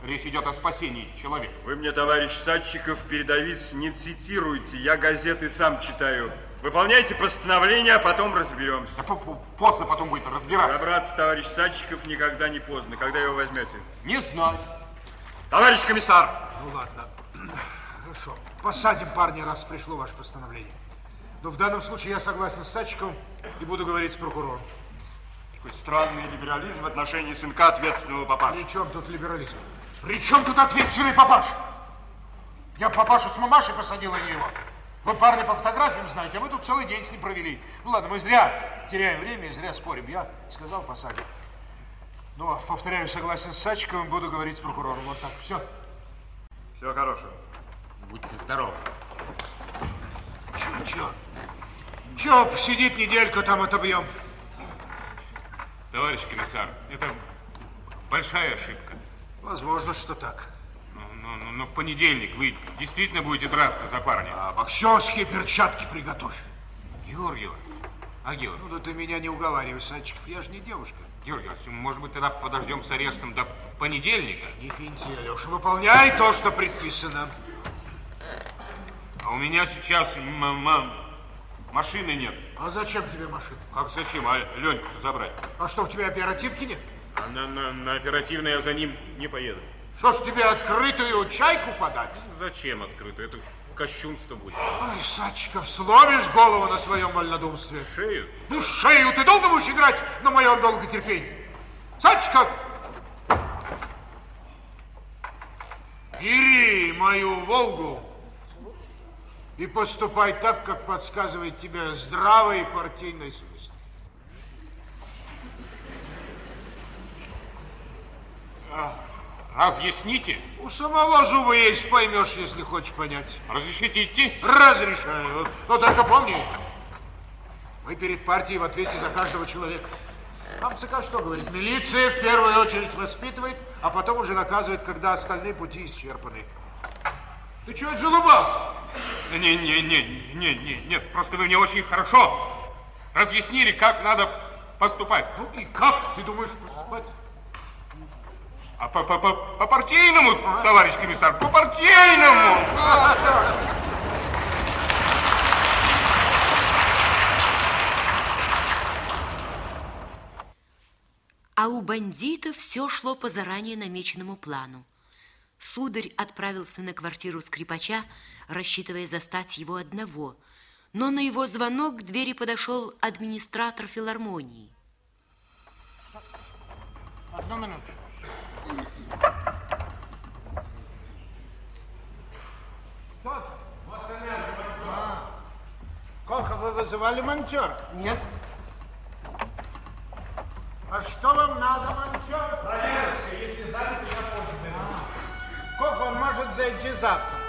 Speaker 2: речь идет о спасении человека.
Speaker 23: Вы мне, товарищ Садчиков, передовиц не цитируйте. Я газеты сам читаю. Выполняйте постановление, а потом разберемся.
Speaker 2: поздно потом будет разбираться.
Speaker 23: Добраться, товарищ Садчиков, никогда не поздно. Когда его возьмете?
Speaker 2: Не знаю.
Speaker 23: Товарищ комиссар!
Speaker 4: Ну ладно. Хорошо. Посадим парня, раз пришло ваше постановление. Но в данном случае я согласен с Садчиковым и буду говорить с прокурором.
Speaker 23: Какой странный либерализм в отношении сынка ответственного папаши.
Speaker 4: При чем тут либерализм? При чем тут ответственный папаша? Я папашу с мамашей посадил, а не его. Вы парня по фотографиям знаете, а мы тут целый день с ним провели. Ну ладно, мы зря теряем время и зря спорим. Я сказал посадим. Но, повторяю, согласен с Садчиковым, буду говорить с прокурором. Вот так, все.
Speaker 23: Всего хорошего.
Speaker 2: Будьте здоровы.
Speaker 4: Чего, чего? Чего, посидит недельку, а там отобьем.
Speaker 2: Товарищ комиссар, это большая ошибка.
Speaker 4: Возможно, что так.
Speaker 2: Но, но- но- но в понедельник вы действительно будете драться за парня.
Speaker 4: А боксерские перчатки приготовь.
Speaker 2: Георгиева. А Георгиева?
Speaker 4: Ну, да ты меня не уговаривай, Садчиков, я же не девушка.
Speaker 2: Георгий Иванович, может быть, тогда подождем с арестом до понедельника?
Speaker 4: Не финти, Алеша, выполняй то, что предписано.
Speaker 2: А у меня сейчас м- м- машины нет.
Speaker 4: А зачем тебе машина?
Speaker 2: Как зачем? А Леньку забрать?
Speaker 4: А что, в тебя оперативки нет?
Speaker 2: А на, на- на оперативное я за ним не поеду. Ну,
Speaker 4: Что ж тебе открытую чайку подать?
Speaker 2: Зачем открыто? Это кощунство будет.
Speaker 4: Ой, Садчиков, словишь голову на своем вольнодумстве.
Speaker 2: Шею?
Speaker 4: Ну, шею ты долго будешь играть на моем долготерпении? Садчиков! Бери мою «Волгу» и поступай так, как подсказывает тебе здравый партийный смысл.
Speaker 2: А, Разъясните.
Speaker 4: У самого зубы есть, поймешь, если хочешь понять.
Speaker 2: Разрешите идти?
Speaker 4: Разрешаю. Но только помни, мы перед партией в ответе за каждого человека. Нам ЦК что говорит? Милиция в первую очередь воспитывает, а потом уже наказывает, когда остальные пути исчерпаны. Ты чего это залыбался?
Speaker 2: Не, не, не, не, не, нет, просто вы мне очень хорошо разъяснили, как надо поступать.
Speaker 4: Ну и как, ты думаешь, поступать?
Speaker 2: А по, по, по, по партийному, товарищ комиссар, по партийному!
Speaker 1: А у бандита все шло по заранее намеченному плану. Сударь отправился на квартиру скрипача, рассчитывая застать его одного. Но на его звонок к двери подошел администратор филармонии.
Speaker 24: Одну минуту.
Speaker 25: Сколько вы вызывали монтер? Нет. А что вам надо, монтер?
Speaker 8: Проверочка, если занято, я позже зайду.
Speaker 25: Как он может зайти завтра?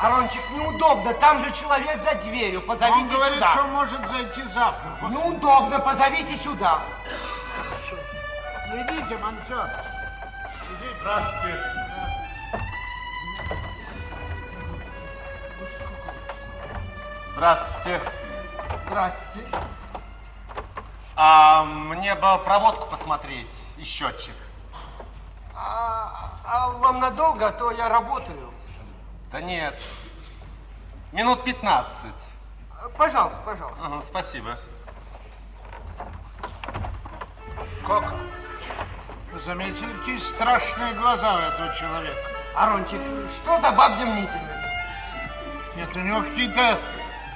Speaker 22: Арончик, неудобно, там же человек за дверью, позовите
Speaker 25: Он говорит,
Speaker 22: сюда.
Speaker 25: что может зайти завтра.
Speaker 22: Неудобно, позовите сюда.
Speaker 25: Ну идите, монтер. Идите.
Speaker 8: Здравствуйте.
Speaker 26: Здравствуйте.
Speaker 22: Здрасте.
Speaker 26: А мне бы проводку посмотреть и счетчик.
Speaker 22: А, а вам надолго, а то я работаю.
Speaker 26: Да нет.
Speaker 7: Минут 15.
Speaker 3: Пожалуйста, пожалуйста.
Speaker 7: Ага, спасибо.
Speaker 22: Как? Заметили, какие страшные глаза у этого человека.
Speaker 3: Арончик, что за бабья мнительность?
Speaker 22: Нет, у него какие-то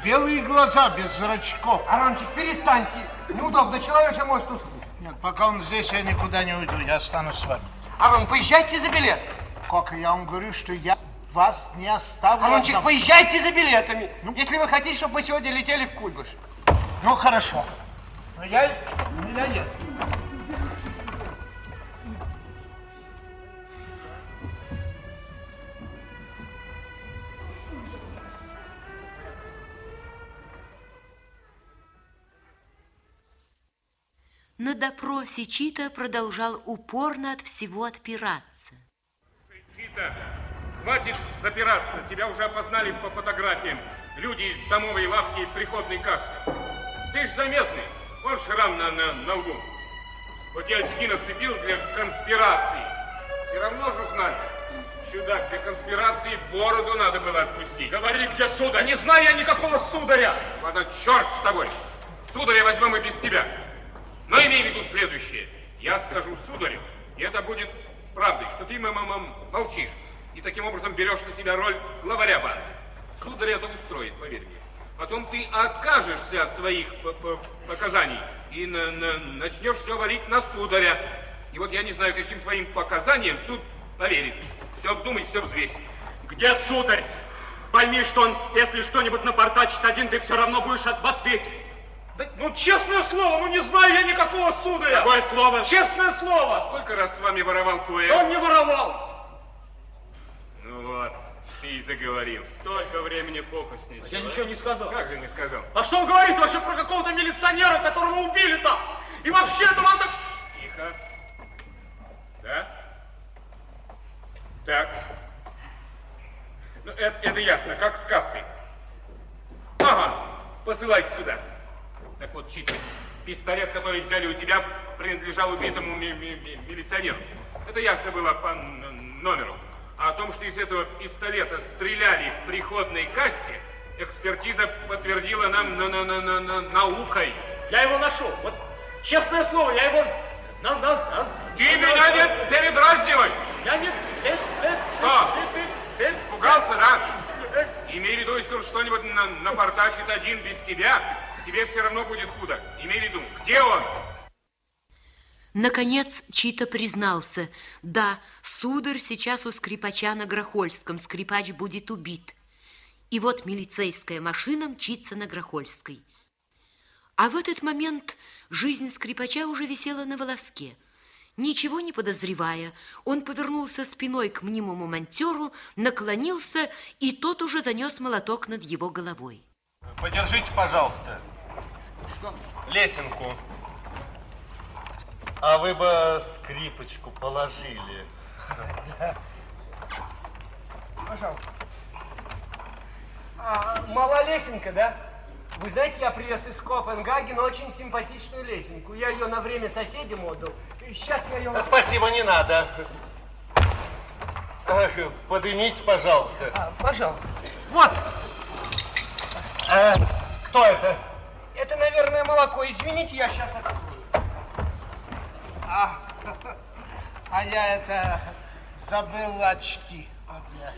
Speaker 22: белые глаза без зрачков.
Speaker 3: Арончик, перестаньте. Неудобно, человечек может уснуть.
Speaker 22: Нет, пока он здесь, я никуда не уйду, я останусь с вами.
Speaker 3: Арон, поезжайте за билет.
Speaker 22: Как я вам говорю, что я вас не оставлю.
Speaker 3: Арончик,
Speaker 22: одного.
Speaker 3: поезжайте за билетами, если вы хотите, чтобы мы сегодня летели в Куйбышев.
Speaker 22: Ну, хорошо. Но я, ну, я еду.
Speaker 1: На допросе Чита продолжал упорно от всего отпираться.
Speaker 2: Чита, хватит запираться, тебя уже опознали по фотографиям. Люди из домовой лавки и приходной кассы. Ты ж заметный, он шрам на, на, на лбу. Вот я очки нацепил для конспирации. Все равно же узнали. Чудак, для конспирации бороду надо было отпустить. Говори, где сударь? Не знаю я никакого сударя. Ладно, черт с тобой. Сударя возьмем и без тебя. Но имей в виду следующее. Я скажу сударю, и это будет правдой, что ты м- м- м- молчишь. И таким образом берешь на себя роль главаря банды. Сударь это устроит, поверь мне. Потом ты откажешься от своих п- п- показаний и на- на- начнешь все валить на сударя. И вот я не знаю, каким твоим показаниям суд поверит. Все обдумай, все взвесь.
Speaker 27: Где сударь? Пойми, что он, если что-нибудь напортачит один, ты все равно будешь от- в ответе.
Speaker 9: Ну, честное слово, ну не знаю я никакого сударя.
Speaker 27: Какое слово?
Speaker 9: Честное слово.
Speaker 2: Сколько раз с вами воровал Пуэль?
Speaker 9: Да Он не воровал.
Speaker 2: Ну вот, ты и заговорил. Столько времени фокусничал.
Speaker 9: А Я
Speaker 27: а?
Speaker 9: ничего не сказал.
Speaker 2: Как же не сказал?
Speaker 9: А что вы говорите вообще про какого-то милиционера, которого убили там? И вообще это вам так...
Speaker 2: Тихо. Да? Так. Ну, это, это ясно, как с кассой. Ага, посылайте сюда. Так вот, Чита, пистолет, который взяли у тебя, принадлежал убитому ми- ми- ми- милиционеру. Это ясно было по н- номеру. А о том, что из этого пистолета стреляли в приходной кассе, экспертиза подтвердила нам на- на- на- на- на- наукой.
Speaker 9: Я его нашел. Вот, честное слово, я его... На, на, на.
Speaker 2: Ты меня не передразнивай!
Speaker 9: Я не... э, э,
Speaker 2: Что?
Speaker 9: э, э, э,
Speaker 2: Испугался, да? Имей в виду, если он что-нибудь на, напортачит один без тебя, тебе все равно будет худо. Имей в виду, где он?
Speaker 1: Наконец Чита признался. Да, сударь сейчас у скрипача на Грохольском. Скрипач будет убит. И вот милицейская машина мчится на Грохольской. А в этот момент жизнь скрипача уже висела на волоске. Ничего не подозревая, он повернулся спиной к мнимому монтеру, наклонился, и тот уже занес молоток над его головой.
Speaker 7: Подержите, пожалуйста. Лесенку. А вы бы скрипочку положили.
Speaker 3: Пожалуйста. А, мала лесенка, да? Вы знаете, я привез из Копенгагена очень симпатичную лесенку. Я ее на время соседям отдал. И Сейчас я ее...
Speaker 7: Да спасибо, не надо. Ах, Подымите, пожалуйста.
Speaker 3: Пожалуйста.
Speaker 7: Вот. А, кто это?
Speaker 3: Это, наверное, молоко. Извините, я сейчас открою.
Speaker 22: А, а я это забыл очки. Вот я.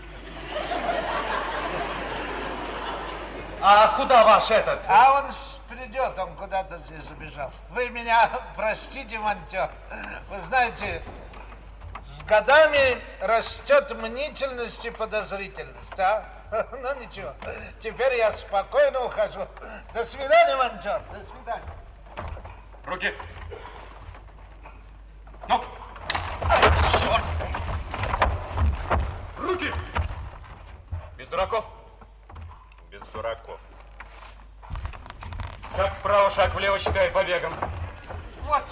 Speaker 7: А куда ваш этот?
Speaker 22: А он ж придет, он куда-то здесь убежал. Вы меня простите, монтер. Вы знаете, с годами растет мнительность и подозрительность, а? Ну ничего, теперь я спокойно ухожу. До свидания, монтер, до свидания.
Speaker 27: Руки. Ну,
Speaker 7: Черт!
Speaker 27: Руки! Без дураков.
Speaker 7: Без дураков.
Speaker 27: Как вправо, шаг влево считай побегом.
Speaker 3: Вот,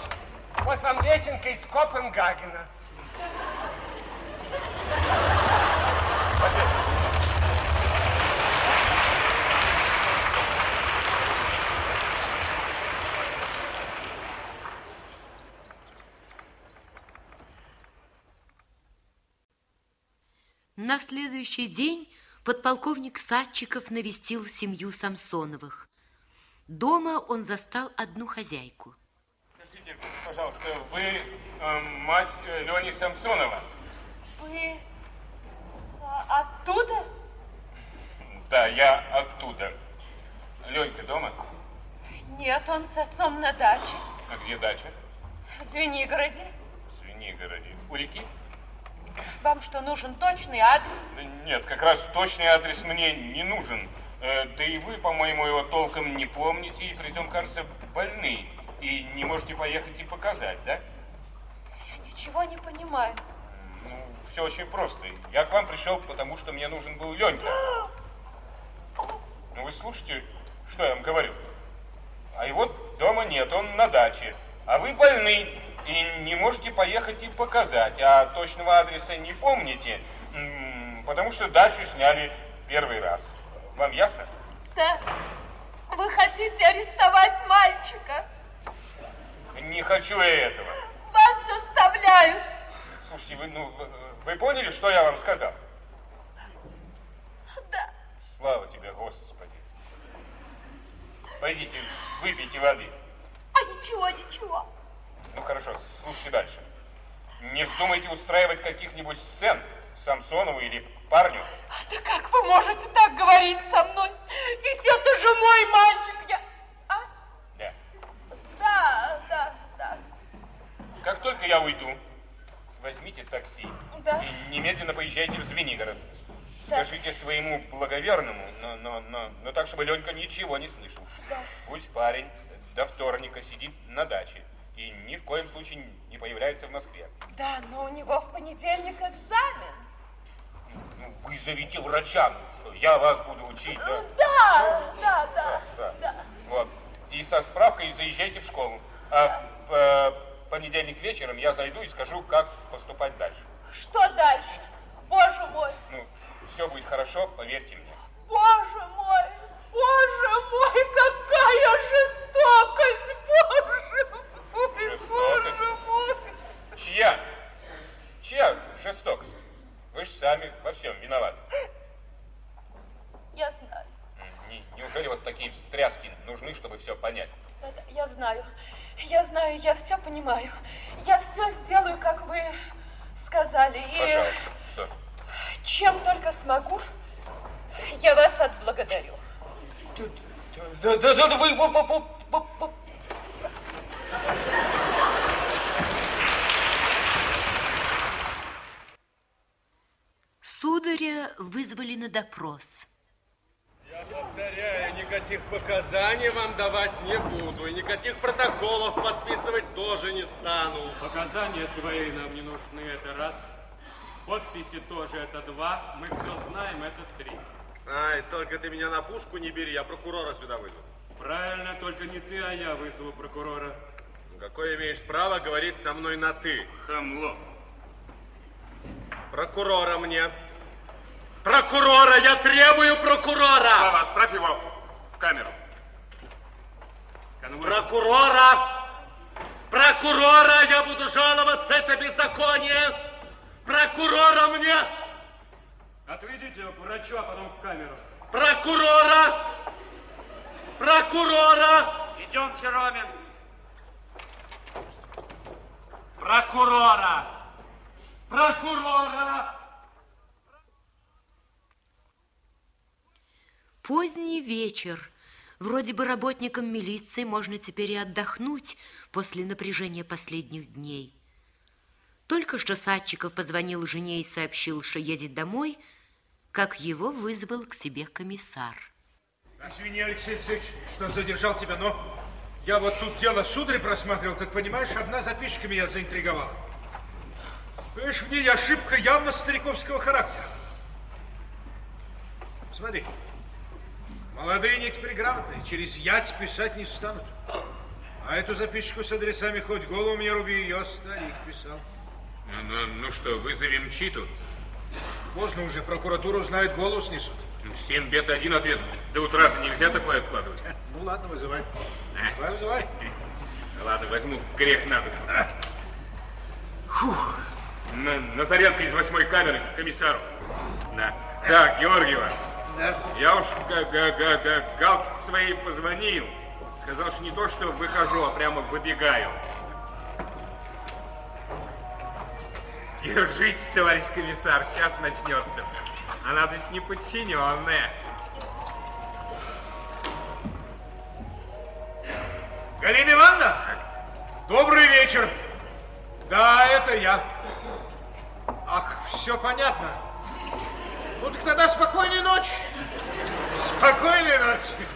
Speaker 3: вот вам лесенка из Копенгагена.
Speaker 1: На следующий день подполковник Садчиков навестил семью Самсоновых. Дома он застал одну хозяйку.
Speaker 2: Скажите, пожалуйста, вы э, мать э, Лени Самсонова?
Speaker 16: Вы а, оттуда?
Speaker 2: Да, я оттуда. Ленька дома?
Speaker 16: Нет, он с отцом на даче,
Speaker 2: А где дача?
Speaker 16: в Звенигороде.
Speaker 2: В Звенигороде. У реки?
Speaker 16: Вам что, нужен точный адрес?
Speaker 2: Да нет, как раз точный адрес мне не нужен. Э, да и вы, по-моему, его толком не помните, и притом, кажется, больны. И не можете поехать и показать, да?
Speaker 16: Ничего не понимаю.
Speaker 2: Ну, все очень просто. Я к вам пришел, потому что мне нужен был Ленька. Ну, вы слушайте, что я вам говорю. А его дома нет, он на даче. А вы больны и не можете поехать и показать. А точного адреса не помните, м, потому что дачу сняли первый раз. Вам ясно?
Speaker 16: Да. Вы хотите арестовать мальчика?
Speaker 2: Не хочу я этого.
Speaker 16: Вас заставляют.
Speaker 2: Слушайте, вы, ну, вы- вы поняли, что я вам сказал?
Speaker 16: Да.
Speaker 2: Слава тебе, Господи. Пойдите, выпейте воды.
Speaker 16: А ничего, ничего.
Speaker 2: Ну хорошо, слушайте дальше. Не вздумайте устраивать каких-нибудь сцен Самсонову или парню.
Speaker 16: Да как вы можете так говорить со мной? Ведь это же мой мальчик. Я...
Speaker 2: Да.
Speaker 16: Да, да, да.
Speaker 2: Как только я уйду, возьмите такси
Speaker 16: Да.
Speaker 2: и немедленно поезжайте в Звенигород.
Speaker 16: Да.
Speaker 2: Скажите своему благоверному, но, но, но, но так, чтобы Ленька ничего не слышал.
Speaker 16: Да.
Speaker 2: Пусть парень до вторника сидит на даче и ни в коем случае не появляется в Москве.
Speaker 16: Да, но у него в понедельник экзамен.
Speaker 2: Ну, вызовите врача, ну что, я вас буду учить, да?
Speaker 16: Да, да, да,
Speaker 2: Да.
Speaker 16: да.
Speaker 2: Вот. И со справкой заезжайте в школу. А в э, понедельник вечером я зайду и скажу, как поступать дальше.
Speaker 16: Что дальше? Боже мой,
Speaker 2: Ну, все будет хорошо, поверьте мне.
Speaker 16: боже мой, боже мой, какая жестокость, боже мой,
Speaker 2: Жестокость?
Speaker 16: боже мой.
Speaker 2: Чья? Чья жестокость? Вы же сами во всем виноваты.
Speaker 16: Я знаю,
Speaker 2: Не- неужели вот такие встряски нужны, чтобы все понять?
Speaker 16: да, да, я знаю, я знаю, я все понимаю. Я все сделаю, как вы сказали, и
Speaker 2: Пожалуйста. Что?
Speaker 16: чем только смогу, я вас отблагодарю.
Speaker 28: Да, да, да, да, вы... по- по- по- по- по-
Speaker 1: Сударя вызвали на допрос.
Speaker 7: Повторяю, никаких показаний вам давать не буду, и никаких протоколов подписывать тоже не стану.
Speaker 29: Показания твои нам не нужны, это раз. Подписи тоже, это два. Мы все знаем, это три.
Speaker 7: Ай, только ты меня на пушку не бери, я прокурора сюда вызову.
Speaker 29: Правильно, только не ты, а я вызову прокурора.
Speaker 7: Ну, Какое имеешь право говорить со мной на «ты»?
Speaker 29: Хамло.
Speaker 7: Прокурора мне. Прокурора, я требую прокурора!
Speaker 2: Слава, отправь его в камеру.
Speaker 7: Прокурора! Прокурора, я буду жаловаться, это беззаконие! Прокурора мне!
Speaker 29: Отведите его к врачу, а потом в камеру.
Speaker 7: Прокурора! Прокурора!
Speaker 6: Идемте, Ромин.
Speaker 7: Прокурора! Прокурора!
Speaker 1: Поздний вечер. Вроде бы работникам милиции можно теперь и отдохнуть после напряжения последних дней. Только что Садчиков позвонил жене и сообщил, что едет домой, как его вызвал к себе комиссар.
Speaker 4: Извини, Алексей Алексеевич, что задержал тебя, но я вот тут дело сударь просматривал, как понимаешь, одна записочка меня заинтриговала. Понимаешь, в ней ошибка явно стариковского характера. Смотри, молодые не теперь грамотные, через ять писать не станут. А эту записочку с адресами хоть голову мне руби, ее старик писал.
Speaker 2: Ну, ну, ну что, вызовем Читу?
Speaker 4: Поздно уже, прокуратура узнает, голову снесут.
Speaker 2: Всем бед один ответ. До утра-то нельзя такое откладывать. А?
Speaker 4: Ну ладно, вызывай. Вызывай, вызывай.
Speaker 2: Ну А. Ладно, возьму грех на душу.
Speaker 4: Фух,
Speaker 2: На- Назаренко из восьмой камеры к комиссару. Да. Так, Георгий Иванович. Я уж га- га- га- га- галке своей позвонил. Сказал, что не то, что выхожу, а прямо выбегаю.
Speaker 26: Держитесь, товарищ комиссар, сейчас начнется. Она тут не подчиненная.
Speaker 4: Галина Ивановна, добрый вечер. Да, это я. Ах, все понятно. Ну так тогда спокойной ночи. Спокойной ночи.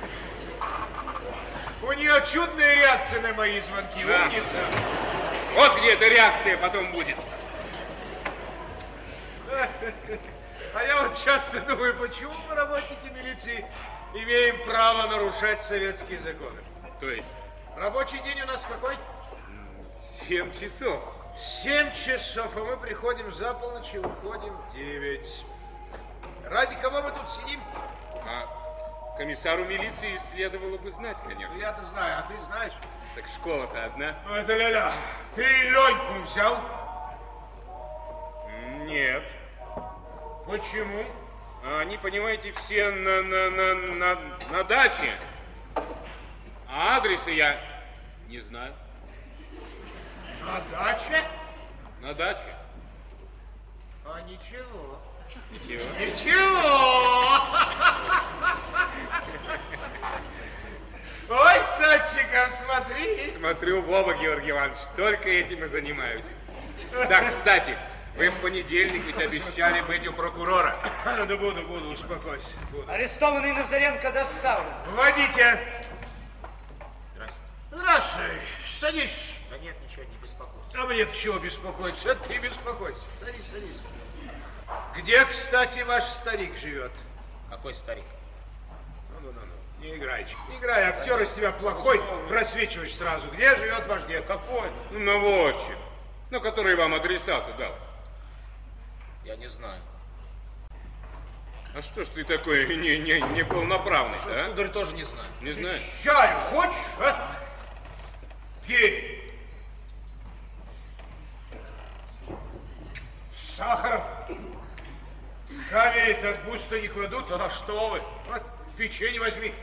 Speaker 4: У нее чудная реакция на мои звонки,
Speaker 2: Да.
Speaker 4: умница.
Speaker 2: Вот где эта реакция потом будет.
Speaker 4: А я вот часто думаю, почему мы, работники милиции, имеем право нарушать советские законы?
Speaker 2: То есть
Speaker 4: Рабочий день у нас какой?
Speaker 2: Семь часов.
Speaker 4: Семь часов, а мы приходим за полночь и уходим в девять. Ради кого мы тут сидим?
Speaker 2: А комиссару милиции следовало бы знать, конечно.
Speaker 4: Я-то знаю, а ты знаешь?
Speaker 2: Так школа-то одна.
Speaker 4: Ну, это ля-ля. Ты Леньку взял?
Speaker 2: Нет. Почему? А Они, понимаете, все на, на, на, на, на даче. А адреса я не знаю.
Speaker 4: На
Speaker 11: А
Speaker 4: даче?
Speaker 2: На даче.
Speaker 4: А ничего.
Speaker 2: Ничего.
Speaker 4: Ой, Садчиков, смотри.
Speaker 2: Смотрю в оба, Георгий Иванович, только этим и занимаюсь. Да, кстати, вы в понедельник ведь обещали быть у прокурора.
Speaker 4: Да буду, буду, успокойся.
Speaker 10: Арестованный Назаренко доставлен.
Speaker 4: Вводите. Здравствуй.
Speaker 10: Садись.
Speaker 4: Да нет, ничего, не беспокойся. А мне чего беспокоиться? Это ты беспокойся. Садись, садись. Где, кстати, ваш старик живет? Ну,
Speaker 6: Какой старик?
Speaker 4: Ну-ну-ну, не играй. Чик, Не играй, актер из тебя плохой, просвечиваешь сразу. Где живет ваш дед? Какой?
Speaker 2: Ну, наводчик. Ну, который вам адресату дал.
Speaker 6: Я не знаю.
Speaker 2: А что ж ты такой не, не, неполноправный, а?
Speaker 6: Сударь тоже не знаю.
Speaker 2: Не знаешь?
Speaker 4: Чаю хочешь, а? Пей. Сахар. В камере так густо не кладут. Да что вы. Вот, печенье возьми.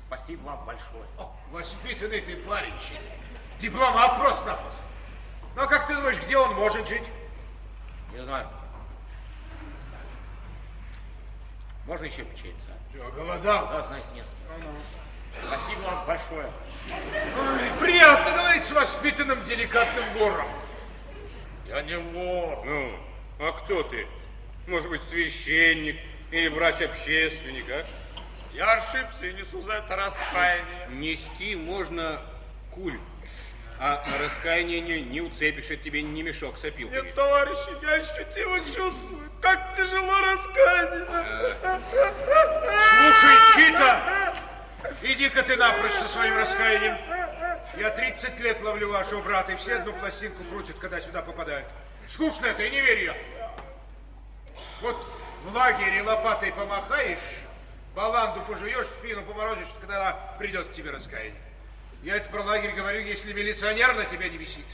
Speaker 6: Спасибо вам большое.
Speaker 4: О, воспитанный ты парень, Чит. Дипломат просто-напросто. Ну, а как ты думаешь, где он может жить?
Speaker 6: Не знаю. Можно еще печеньца?
Speaker 9: а?
Speaker 4: Ты голодал? А ну.
Speaker 6: Да, знать не с кем. Спасибо вам большое.
Speaker 4: Ой, приятно говорить с воспитанным, деликатным вором.
Speaker 2: Я не вор. Ну, а кто ты? Может быть, священник или врач-общественник, а?
Speaker 11: Я ошибся и несу за это раскаяние.
Speaker 2: Нести можно куль, а раскаяние не, не уцепишь, это тебе не мешок с опилками.
Speaker 11: Нет, товарищи, я ощутимо чувствую, как тяжело раскаяние.
Speaker 9: Э,
Speaker 4: Слушай, Чита, иди-ка ты напрочь со своим раскаянием. Я 30 лет ловлю вашего брата, и все одну пластинку крутят, когда сюда попадают. Скучно это, и не верю я. Вот в лагере лопатой помахаешь, баланду пожуешь, спину поморозишь, когда придет к тебе раскаяние. Я это про лагерь говорю, если милиционер на тебя не висит.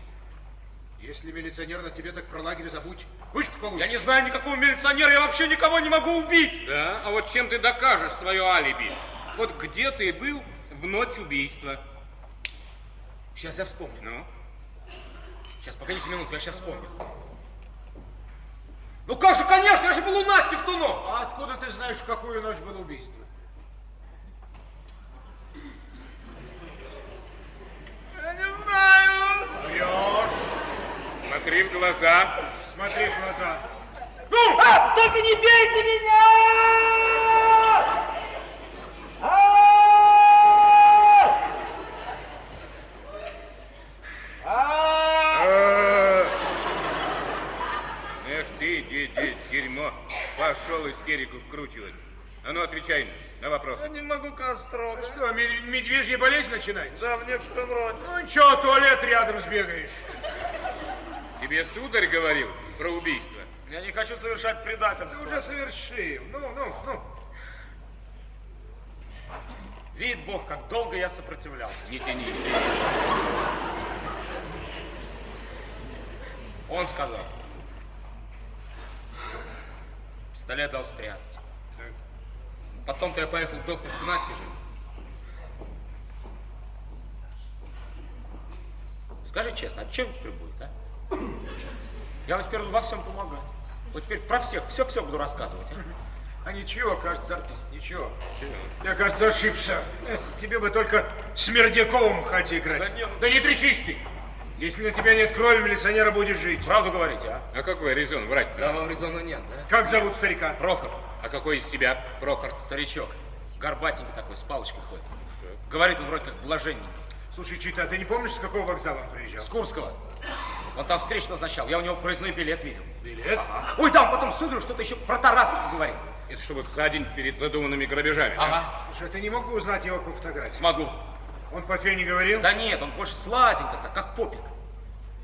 Speaker 4: Если милиционер на тебе, так про лагерь забудь. Вышку получишь.
Speaker 11: Я не знаю никакого милиционера, я вообще никого не могу убить.
Speaker 2: Да? А вот чем ты докажешь свое алиби? Вот где ты был в ночь убийства?
Speaker 6: Сейчас я вспомню.
Speaker 2: Ну?
Speaker 6: Сейчас, погодите минутку, я сейчас вспомню.
Speaker 4: Ну как же, конечно, я же был у Надьки в ту ночь. А откуда ты знаешь, в какую ночь было убийство?
Speaker 11: Я не знаю.
Speaker 2: Смотри в глаза.
Speaker 4: Смотри в глаза.
Speaker 11: Ну! А, только не бейте меня!
Speaker 2: Эх ты, де- де- дерьмо. Пошел истерику вкручивать. А ну отвечай на вопрос.
Speaker 11: Я не могу костром.
Speaker 4: Что, ме- медвежья болезнь начинается?
Speaker 11: Да, в некотором роде.
Speaker 4: Ну ничего, туалет рядом сбегаешь.
Speaker 2: Тебе сударь говорил про убийство?
Speaker 11: Я не хочу совершать предательство.
Speaker 4: Ты уже совершил. Ну, ну, ну.
Speaker 11: Видит Бог, как долго я сопротивлялся.
Speaker 2: Не тяни.
Speaker 9: Он сказал. Пистолет дал спрятать. Потом-то я поехал к доктору к Натиже. Скажи честно, а чем прибудет, а? Я вам теперь во всем помогаю. Вот теперь про всех, все-все буду рассказывать.
Speaker 4: А ничего, кажется, артист, ничего. Я, кажется, ошибся. Э, Тебе бы только Смердяковым хате играть. Да не, трещишь ты. Если на тебя нет крови, милиционера будешь жить. Правду говорите, а?
Speaker 9: А какой резон врать-то?
Speaker 4: Да
Speaker 9: вам резона нет, да?
Speaker 4: Как зовут старика?
Speaker 9: Прохор. А какой из тебя Прохор?
Speaker 4: Старичок.
Speaker 9: Горбатенький такой, с палочкой ходит. Говорит он вроде как блаженненький.
Speaker 4: Слушай, Чита, а ты не помнишь, с какого вокзала он приезжал?
Speaker 9: С Курского. Он там встреч назначал, я у него проездной билет видел.
Speaker 4: Билет?
Speaker 9: Ага. Ой, да, он потом сударь что-то еще про Тарасов говорил. Это чтобы за день перед задуманными грабежами. Ага.
Speaker 4: Слушай, а ты не мог бы узнать его по фотографии?
Speaker 9: Смогу.
Speaker 4: Он по фене говорил?
Speaker 9: Да нет, он больше сладенько-то, как попик.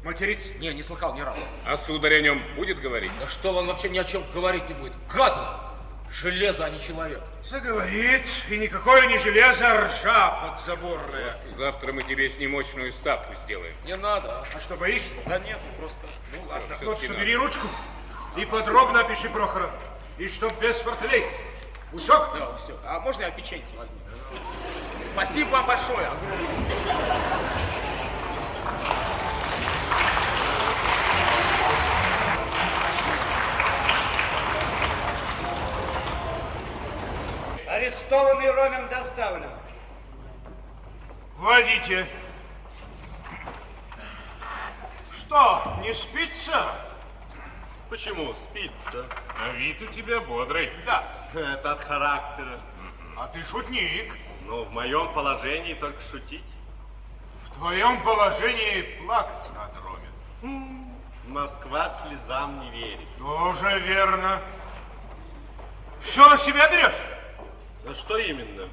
Speaker 4: Материц?
Speaker 9: Не, не слыхал ни разу. А сударь о нем будет говорить?
Speaker 30: Да что он вообще ни о чем говорить не будет? Гад он! Железо, а не человек.
Speaker 4: Заговорит, и никакое не железо, а ржа подзаборная.
Speaker 9: Завтра мы тебе с ним мощную ставку сделаем.
Speaker 30: Не надо.
Speaker 4: А что, боишься?
Speaker 30: Да нет, просто.
Speaker 4: Ну ладно,
Speaker 9: всё-таки
Speaker 4: вот что,
Speaker 9: надо.
Speaker 4: бери ручку и подробно опиши Прохора. И чтоб без портфелей. Усек?
Speaker 9: Да, все. А можно я печенье возьму? Спасибо вам большое.
Speaker 22: Арестованный Ромин доставлен.
Speaker 4: Вводите. Что, не спится?
Speaker 2: Почему спится? А вид у тебя бодрый.
Speaker 4: Да.
Speaker 2: Это от характера.
Speaker 4: А ты шутник.
Speaker 2: Но в моем положении только шутить.
Speaker 4: В твоем положении плакать надо, Ромин.
Speaker 2: Москва слезам не верит.
Speaker 4: Тоже верно. Все на себя берешь?
Speaker 2: А что именно?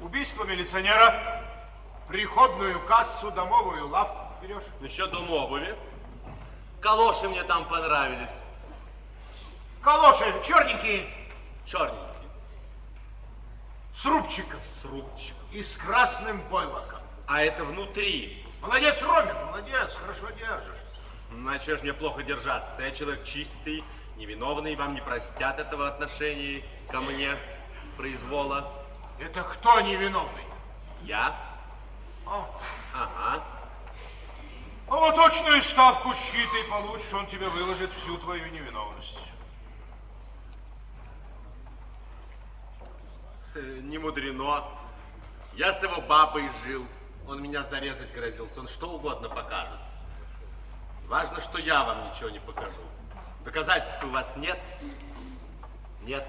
Speaker 4: Убийство милиционера, приходную кассу, домовую лавку берешь.
Speaker 7: Еще Ну дом обуви. Калоши мне там понравились.
Speaker 4: Калоши черненькие,
Speaker 7: Черненькие.
Speaker 4: с рубчиком. С
Speaker 7: рубчиком.
Speaker 4: И с красным бойлоком.
Speaker 7: А это внутри.
Speaker 4: Молодец, Ромин, молодец, хорошо держишь.
Speaker 7: Ну, а чего ж мне плохо держаться-то? Я человек чистый, невиновный, вам не простят этого отношения ко мне, произвола.
Speaker 4: Это кто невиновный?
Speaker 7: Я?
Speaker 4: О.
Speaker 7: Ага.
Speaker 4: А вот точную ставку щиты получишь, он тебе выложит всю твою невиновность.
Speaker 7: Э, Не мудрено. Я с его бабой жил. Он меня зарезать грозился. Он что угодно покажет. Важно, что я вам ничего не покажу. Доказательств у вас нет? Нет.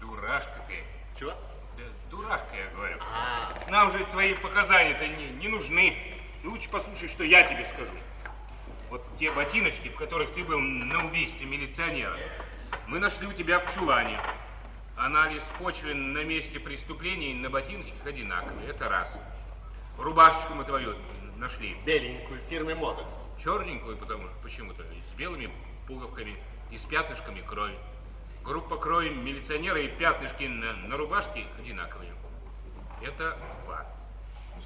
Speaker 2: Дурашка ты.
Speaker 7: Чего?
Speaker 2: Да дурашка, я говорю.
Speaker 7: А.
Speaker 2: Нам же твои показания-то не, не нужны. Ну, Лучше послушай, что я тебе скажу. Вот те ботиночки, в которых ты был на убийстве милиционера, мы нашли у тебя в чулане. Анализ почвы на месте преступлений на ботиночках одинаковый. Это раз. Рубашечку мы твою нашли.
Speaker 7: Беленькую фирмы Модекс.
Speaker 2: Черненькую, потому почему-то, с белыми пуговками и с пятнышками крови. Группа крови милиционера и пятнышки на, на рубашке одинаковые. Это два.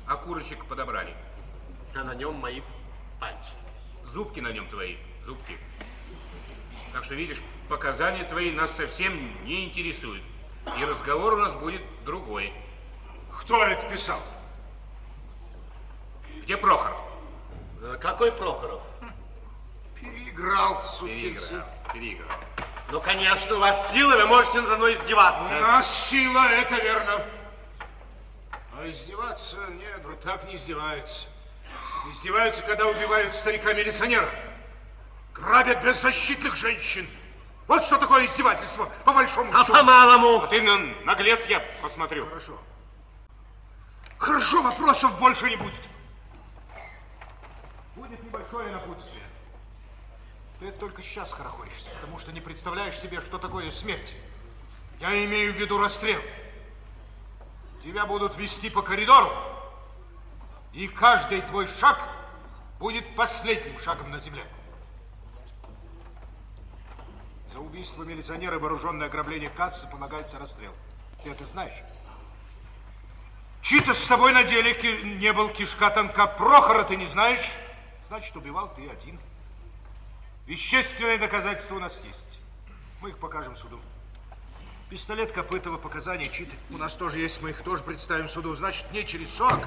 Speaker 2: А курочек подобрали.
Speaker 7: А на нем мои пальчики.
Speaker 2: Зубки на нем твои, зубки. Так что, видишь, показания твои нас совсем не интересуют. И разговор у нас будет другой.
Speaker 4: Кто это писал?
Speaker 2: Где Прохор?
Speaker 7: Э, Какой Прохоров?
Speaker 4: Переиграл,
Speaker 2: Переиграл, переиграл.
Speaker 7: Ну, конечно, у вас силы, вы можете надо мной издеваться.
Speaker 4: У нас сила, это верно. А издеваться? Нет, вот так не издеваются. Издеваются, когда убивают старика-милиционера. Грабят беззащитных женщин. Вот что такое издевательство, по большому счету.
Speaker 7: по-малому.
Speaker 2: А ты на- наглец, я посмотрю.
Speaker 4: Хорошо. Хорошо, вопросов больше не будет. Будет небольшое напутствие. Ты это только сейчас хорохоришься, потому что не представляешь себе, что такое смерть. Я имею в виду расстрел. Тебя будут вести по коридору, и каждый твой шаг будет последним шагом на земле. За убийство милиционера и вооруженное ограбление кассы полагается расстрел. Ты это знаешь? Чьи-то с тобой на деле ки- не был кишка тонка. Прохора ты не знаешь? Значит, убивал ты один. Вещественные доказательства у нас есть. Мы их покажем суду. Пистолет Копытова, показания читы. У нас тоже есть, мы их тоже представим суду. Значит, не через 40.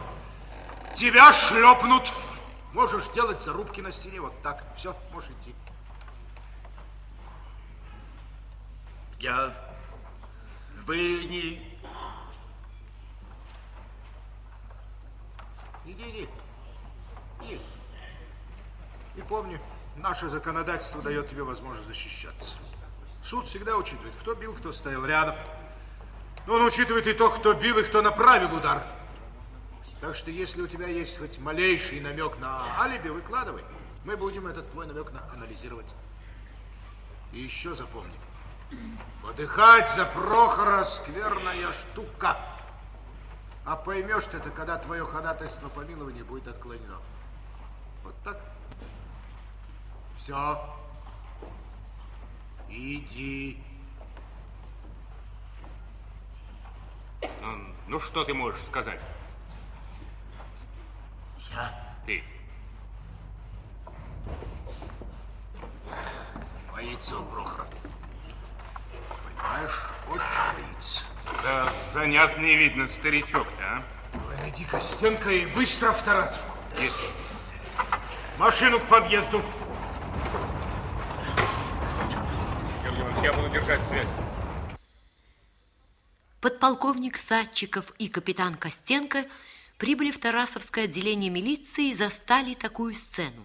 Speaker 4: Тебя шлепнут. Можешь делать зарубки на стене вот так. Все, можешь идти.
Speaker 7: Я... Вы не...
Speaker 4: Иди, иди. Иди. И помни, наше законодательство дает тебе возможность защищаться. Суд всегда учитывает, кто бил, кто стоял рядом. Но он учитывает и то, кто бил, и кто направил удар. Так что, если у тебя есть хоть малейший намек на алиби, выкладывай. Мы будем этот твой намек на- анализировать. И еще запомни. Подыхать за Прохора скверная штука. А поймешь ты это, когда твое ходатайство помилования будет отклонено. Вот так. Все. Иди.
Speaker 2: Ну, ну что ты можешь сказать?
Speaker 7: Я?
Speaker 2: Ты.
Speaker 4: Боится он Прохора. Понимаешь, очень боится.
Speaker 2: Да занятный, видно, старичок-то, а?
Speaker 4: Давай найди Костенко и быстро в Тарасовку.
Speaker 2: Есть.
Speaker 4: Машину к подъезду.
Speaker 2: Георгий Иванович, я буду держать связь.
Speaker 1: Подполковник Садчиков и капитан Костенко прибыли в Тарасовское отделение милиции и застали такую сцену.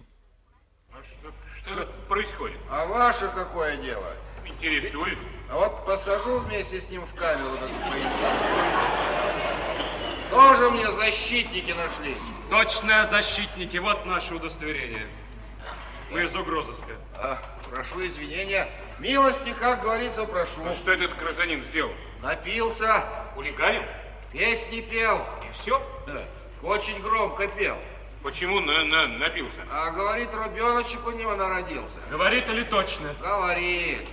Speaker 2: А что, что тут происходит?
Speaker 22: А ваше какое дело?
Speaker 2: Интересуюсь.
Speaker 22: А вот посажу вместе с ним в камеру, так поинтересуйтесь. Тоже мне защитники нашлись.
Speaker 31: Точно, защитники, вот наше удостоверение. Мы из угрозыска.
Speaker 22: А, прошу извинения. Милости, как говорится, прошу.
Speaker 2: Ну, что этот гражданин сделал?
Speaker 22: Напился.
Speaker 2: Хулиганил?
Speaker 22: Песни пел.
Speaker 2: И все?
Speaker 22: Да. Очень громко пел.
Speaker 2: Почему на, на, напился?
Speaker 22: А говорит, ребеночек у него народился.
Speaker 31: Говорит или точно?
Speaker 22: Говорит.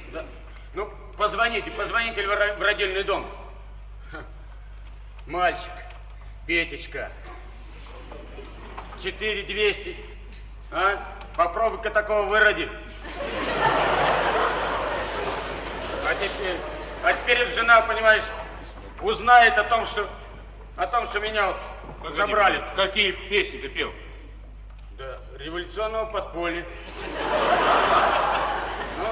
Speaker 9: Ну, позвоните, позвоните в ро- в родильный дом. Ха. Мальчик, Петечка, 4200, а? Попробуй-ка такого выроди. А теперь, а теперь эта жена, понимаешь, узнает о том, что, о том, что меня вот
Speaker 2: Погоди,
Speaker 9: забрали.
Speaker 2: Какие песни ты пел?
Speaker 9: Да, революционного подполья. Ну,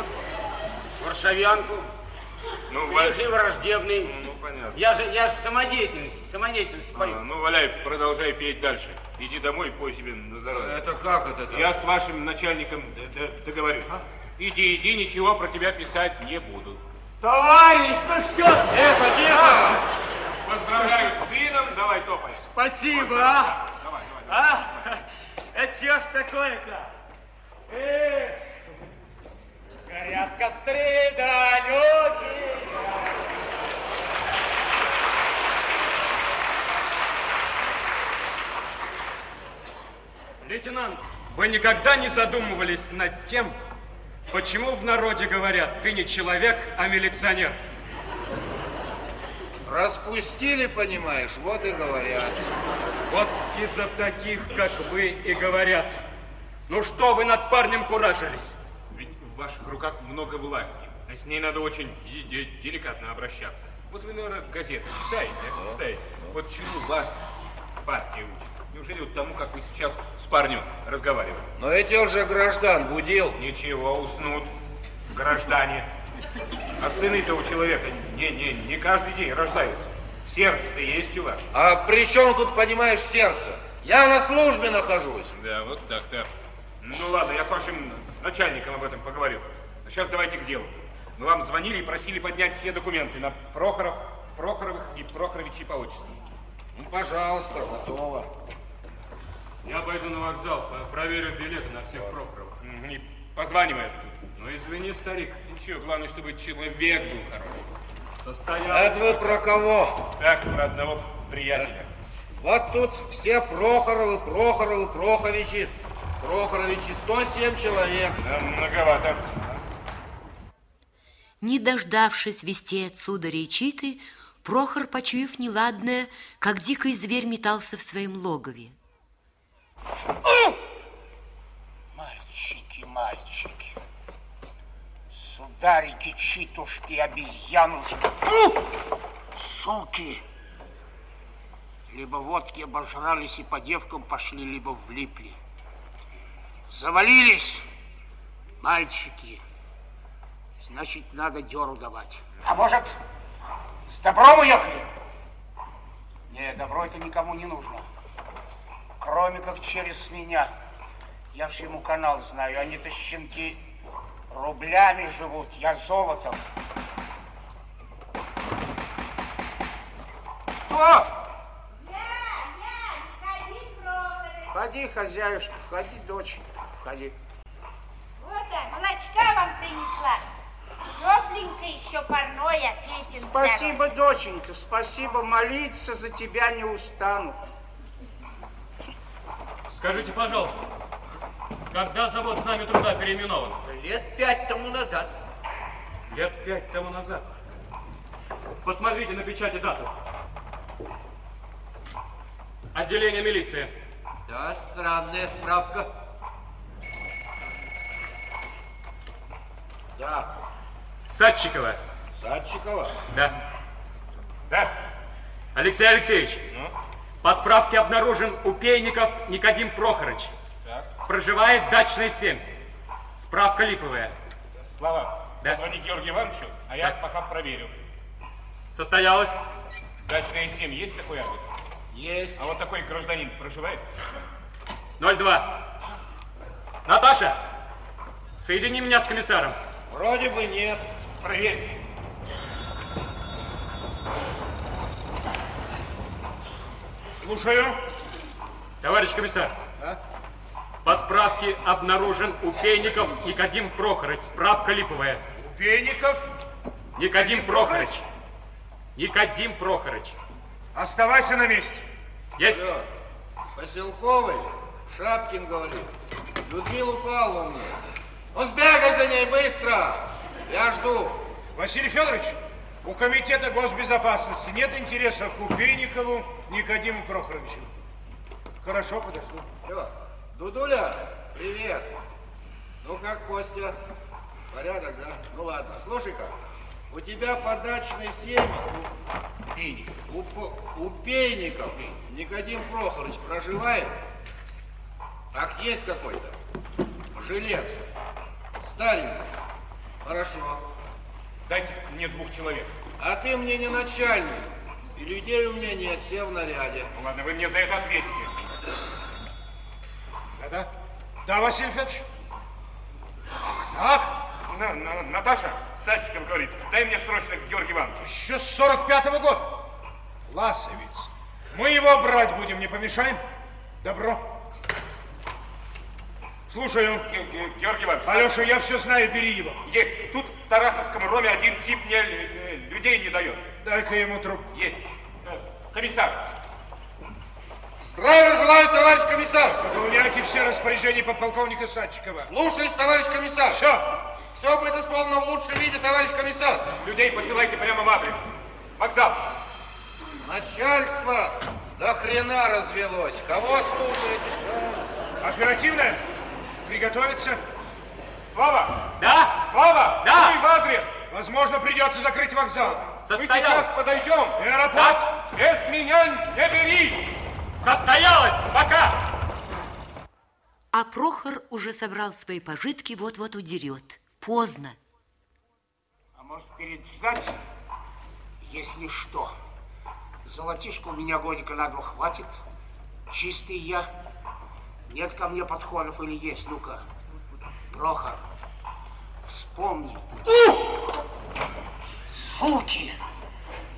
Speaker 9: Варшавянку.
Speaker 2: Ну,
Speaker 9: Перехи
Speaker 2: ва-
Speaker 9: враждебный.
Speaker 2: Ну, понятно.
Speaker 9: Я же, я же в самодеятельности, в самодеятельности
Speaker 2: А,
Speaker 9: пою.
Speaker 2: ну, валяй, продолжай петь дальше. Иди домой и пой себе на здоровье.
Speaker 22: Это как это так? А?
Speaker 2: Я с вашим начальником д- д- договорюсь. Иди, иди, ничего про тебя писать не буду.
Speaker 9: Товарищ, ну что?
Speaker 22: Тихо, тихо!
Speaker 2: А! Поздравляю с сыном, давай топай.
Speaker 9: Спасибо, а? А? Это чё ж такое-то? Э? Эх,
Speaker 32: Горят костры далекие.
Speaker 31: Лейтенант, вы никогда не задумывались над тем, почему в народе говорят, ты не человек, а милиционер?
Speaker 22: Распустили, понимаешь, вот и говорят.
Speaker 31: Вот из-за таких, как вы, и говорят. Ну что вы над парнем куражились?
Speaker 2: Ведь в ваших руках много власти, а с ней надо очень и- де- деликатно обращаться. Вот вы, наверное, газеты читаете, а? читаете. Вот чему вас партия учит? Неужели вот тому, как вы сейчас с парнем разговаривали?
Speaker 22: Но эти он же граждан будил.
Speaker 2: Ничего, уснут граждане. А сыны-то у человека не, не, не каждый день рождаются. Сердце-то есть у вас.
Speaker 22: А при чем тут, понимаешь, сердце? Я на службе нахожусь.
Speaker 2: Да, вот так-то. Ну ладно, я с вашим начальником об этом поговорю. А сейчас давайте к делу. Мы вам звонили и просили поднять все документы на Прохоров, Прохоровых и Прохоровичей по отчеству.
Speaker 22: Ну, пожалуйста, готово.
Speaker 31: Я пойду на вокзал, по- проверю билеты на всех Прохоровых.
Speaker 2: Мгм, И позванивает.
Speaker 31: Ну извини, старик.
Speaker 2: Ничего, главное, чтобы человек был хороший.
Speaker 31: Состоял.
Speaker 22: Это вы про кого?
Speaker 2: Так, про одного приятеля.
Speaker 22: Вот тут все Прохоровы, Прохоровы, Проховичи. Прохоровичи 107 человек.
Speaker 2: Да, многовато.
Speaker 1: Не дождавшись вести от сударя и читы, Прохор, почуяв неладное, как дикий зверь метался в своем логове.
Speaker 10: Мальчики, мальчики, Сударики, читушки, обезьянушки, суки. Либо водки обожрались и по девкам пошли, либо влипли. Завалились, мальчики. Значит, надо деру давать. А может, с добром уехали? Не, добро это никому не нужно. Кроме как через меня. Я же ему канал знаю, они-то щенки рублями живут, я золотом.
Speaker 33: Кто?
Speaker 10: Входи, хозяюшка, входи, дочь, входи.
Speaker 34: Вот, а, молочка вам принесла. Тепленько еще парное, Петин
Speaker 10: Спасибо, доченька, спасибо, молиться за тебя не устану.
Speaker 35: Скажите, пожалуйста, когда завод с нами труда переименован?
Speaker 36: Лет пять тому назад.
Speaker 35: Лет пять тому назад. Посмотрите на печати дату. Отделение милиции.
Speaker 36: Да, странная справка.
Speaker 22: Да.
Speaker 9: Садчикова.
Speaker 22: Садчикова?
Speaker 9: Да.
Speaker 22: Да.
Speaker 9: Алексей Алексеевич,
Speaker 2: Ну?
Speaker 9: по справке обнаружен у Пейников Никодим Прохорович. Проживает дачный 7. Справка липовая.
Speaker 2: Слава,
Speaker 9: Да.
Speaker 2: позвони Георгию Ивановичу, а я пока проверю.
Speaker 9: Состоялось?
Speaker 2: Дачная 7, есть такой адрес?
Speaker 22: Есть.
Speaker 2: А вот такой гражданин проживает?
Speaker 9: 02. Наташа, соедини меня с комиссаром.
Speaker 22: Вроде бы нет.
Speaker 2: Проверь.
Speaker 9: Слушаю. Товарищ комиссар,
Speaker 22: А?
Speaker 9: по справке обнаружен у Пейников Никодим Прохорович. Справка липовая.
Speaker 22: У Пейников?
Speaker 9: Никодим Прохорович. Никодим Прохорович.
Speaker 2: Оставайся на месте.
Speaker 9: Есть.
Speaker 22: Поселковый? Шапкин говорит. Людмилу Павловну. Ну, сбегай за ней быстро. Я жду.
Speaker 4: Василий Федорович, у Комитета госбезопасности нет интереса к Купейникову Никодиму Прохоровичу. Хорошо, подожду.
Speaker 22: Всё. Дудуля, привет. Ну как, Костя? Порядок, да? Ну ладно, слушай-ка. У тебя подачный семь. У, у, По- у Пейников Никодим Прохорович проживает? Так есть какой-то? Жилец. Старенький. Хорошо.
Speaker 2: Дайте мне двух человек.
Speaker 22: А ты мне не начальник. И людей у меня нет, все в наряде.
Speaker 2: Ладно, вы мне за это ответите.
Speaker 4: Да-да. Да, Василий Федорович.
Speaker 2: Так? На- на- Наташа, Садчиков говорит, дай мне срочно Георгий Иванович.
Speaker 4: Еще с 45-го года. Ласовец. Мы его брать будем, не помешаем? Добро. Слушаю.
Speaker 2: Георгий Иванович.
Speaker 4: Алеша, я все знаю, бери его.
Speaker 2: Есть. Тут в Тарасовском роме один тип мне э, людей не дает.
Speaker 4: Дай-ка ему трубку.
Speaker 2: Есть. Э, Комиссар,
Speaker 22: Здравия желаю, товарищ комиссар!
Speaker 4: Выполняйте все распоряжения подполковника Садчикова.
Speaker 22: Слушаюсь, товарищ комиссар!
Speaker 4: Все!
Speaker 22: Все будет исполнено в лучшем виде, товарищ комиссар!
Speaker 2: людей посылайте прямо в адрес. Вокзал.
Speaker 22: Начальство до хрена развелось. Кого слушать?
Speaker 4: Оперативно? Приготовиться?
Speaker 2: Слава!
Speaker 9: Да?
Speaker 2: Слава!
Speaker 9: Да!
Speaker 2: Ты в адрес!
Speaker 4: Возможно, придется закрыть вокзал.
Speaker 2: Мы сейчас подойдем.
Speaker 4: Аэропорт.
Speaker 2: Без меня не бери.
Speaker 9: Состоялось. Пока.
Speaker 1: А Прохор уже собрал свои пожитки, вот-вот удерет. Поздно.
Speaker 10: А может,
Speaker 22: переждать?
Speaker 10: Если что, золотишко у меня годика на два хватит. Чистый я. Нет ко мне подходов или есть? Ну-ка, Прохор, вспомни. Суки!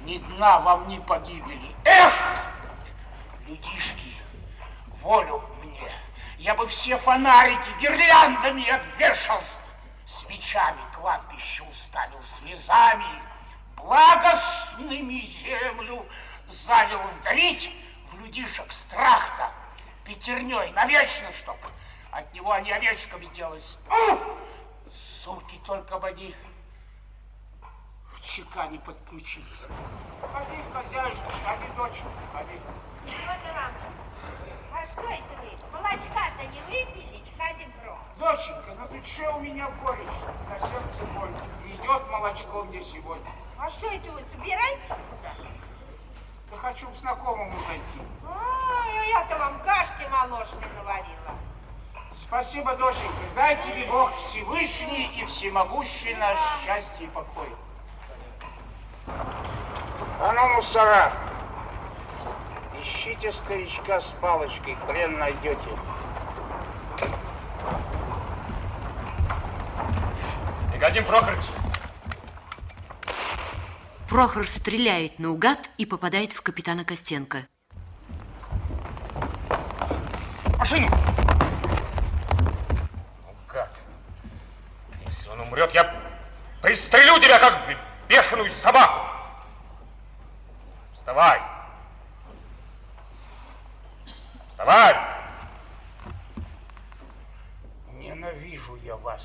Speaker 10: Ни дна вам ни погибели. Эх! Людишки, волю б мне. Я бы все фонарики гирляндами обвешал. Свечами кладбище уставил слезами. Благостными землю залил вдавить в людишек страх-то пятерней навечно, чтоб от него они овечками делались. Ух! Суки, только бы они в чека не подключились. Ходи, хозяюшка, ходи, дочь, ходи.
Speaker 34: Вот и вам. А что это вы? Молочка-то не выпили? Катя Бро.
Speaker 10: Доченька, на душе у меня горечь, на сердце боль. Идет молочко мне сегодня.
Speaker 34: А что это вы собираетесь куда?
Speaker 10: Да хочу к знакомому зайти.
Speaker 34: А, я-то вам кашки молочной наварила.
Speaker 10: Спасибо, доченька. Дай тебе Бог Всевышний и всемогущий наш счастье и покой. А ну, мусора, ищите старичка с палочкой, хрен найдете.
Speaker 9: Никодим Прохорович,
Speaker 1: Прохор стреляет наугад и попадает в капитана Костенко.
Speaker 37: Машину!
Speaker 9: Гад. Если он умрет, я пристрелю тебя, как бешеную собаку. Вставай. Вставай.
Speaker 10: Ненавижу я вас.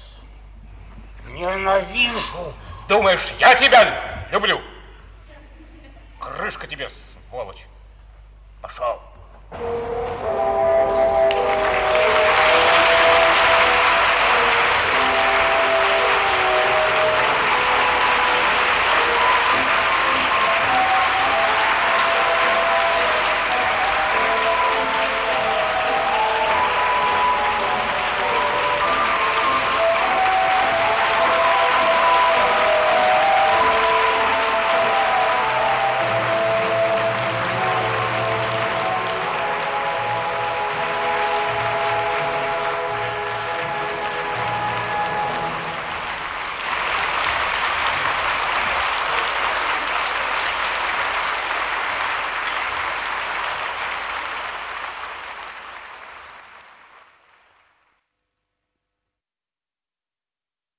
Speaker 10: Ненавижу.
Speaker 9: Думаешь, я тебя люблю? Крышка тебе, сволочь. Пошел.